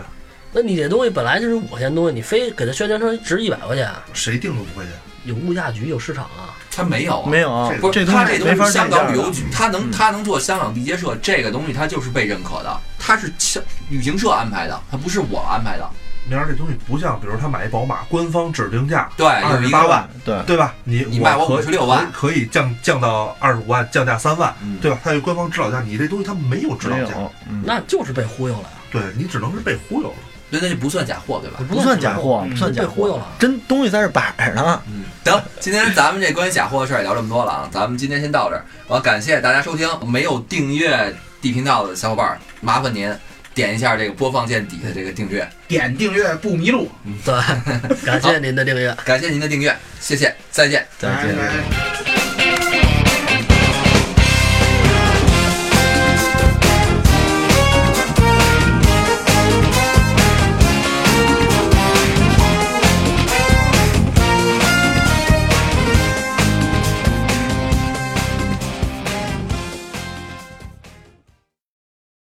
那你这东西本来就是五块钱的东西，你非给他宣传成值一百块钱，谁定的五块钱？有物价局有市场啊，他没有啊，没有啊，不这是他西这没东法西，香定价港的旅游局他能嗯他能做香港地接社，这个东西他就是被认可的，他是香旅行社安排的，他不是我安排的。明儿这东西不像，比如他买一宝马，官方指定价对，二有十一八个万，嗯对，对吧？你你卖我可以56万可以可以降降到二十五万，降价三万，嗯对吧？他有官方指导价，你这东西他没有指导没价，有，嗯，那就是被忽悠了呀，对你只能是被忽悠了。那那就不算假货，对吧？不算假货，嗯不算假被忽悠货了，真东西在这摆着呢。嗯，行，今天咱们这关于假货的事儿也聊这么多了啊，咱们今天先到这儿。我要感谢大家收听，没有订阅 D 频道的小伙伴儿，麻烦您点一下这个播放键底的这个订阅，点订阅不迷路，对，感谢您的订阅。 *laughs* 感谢您的订阅，谢谢，再见。拜拜。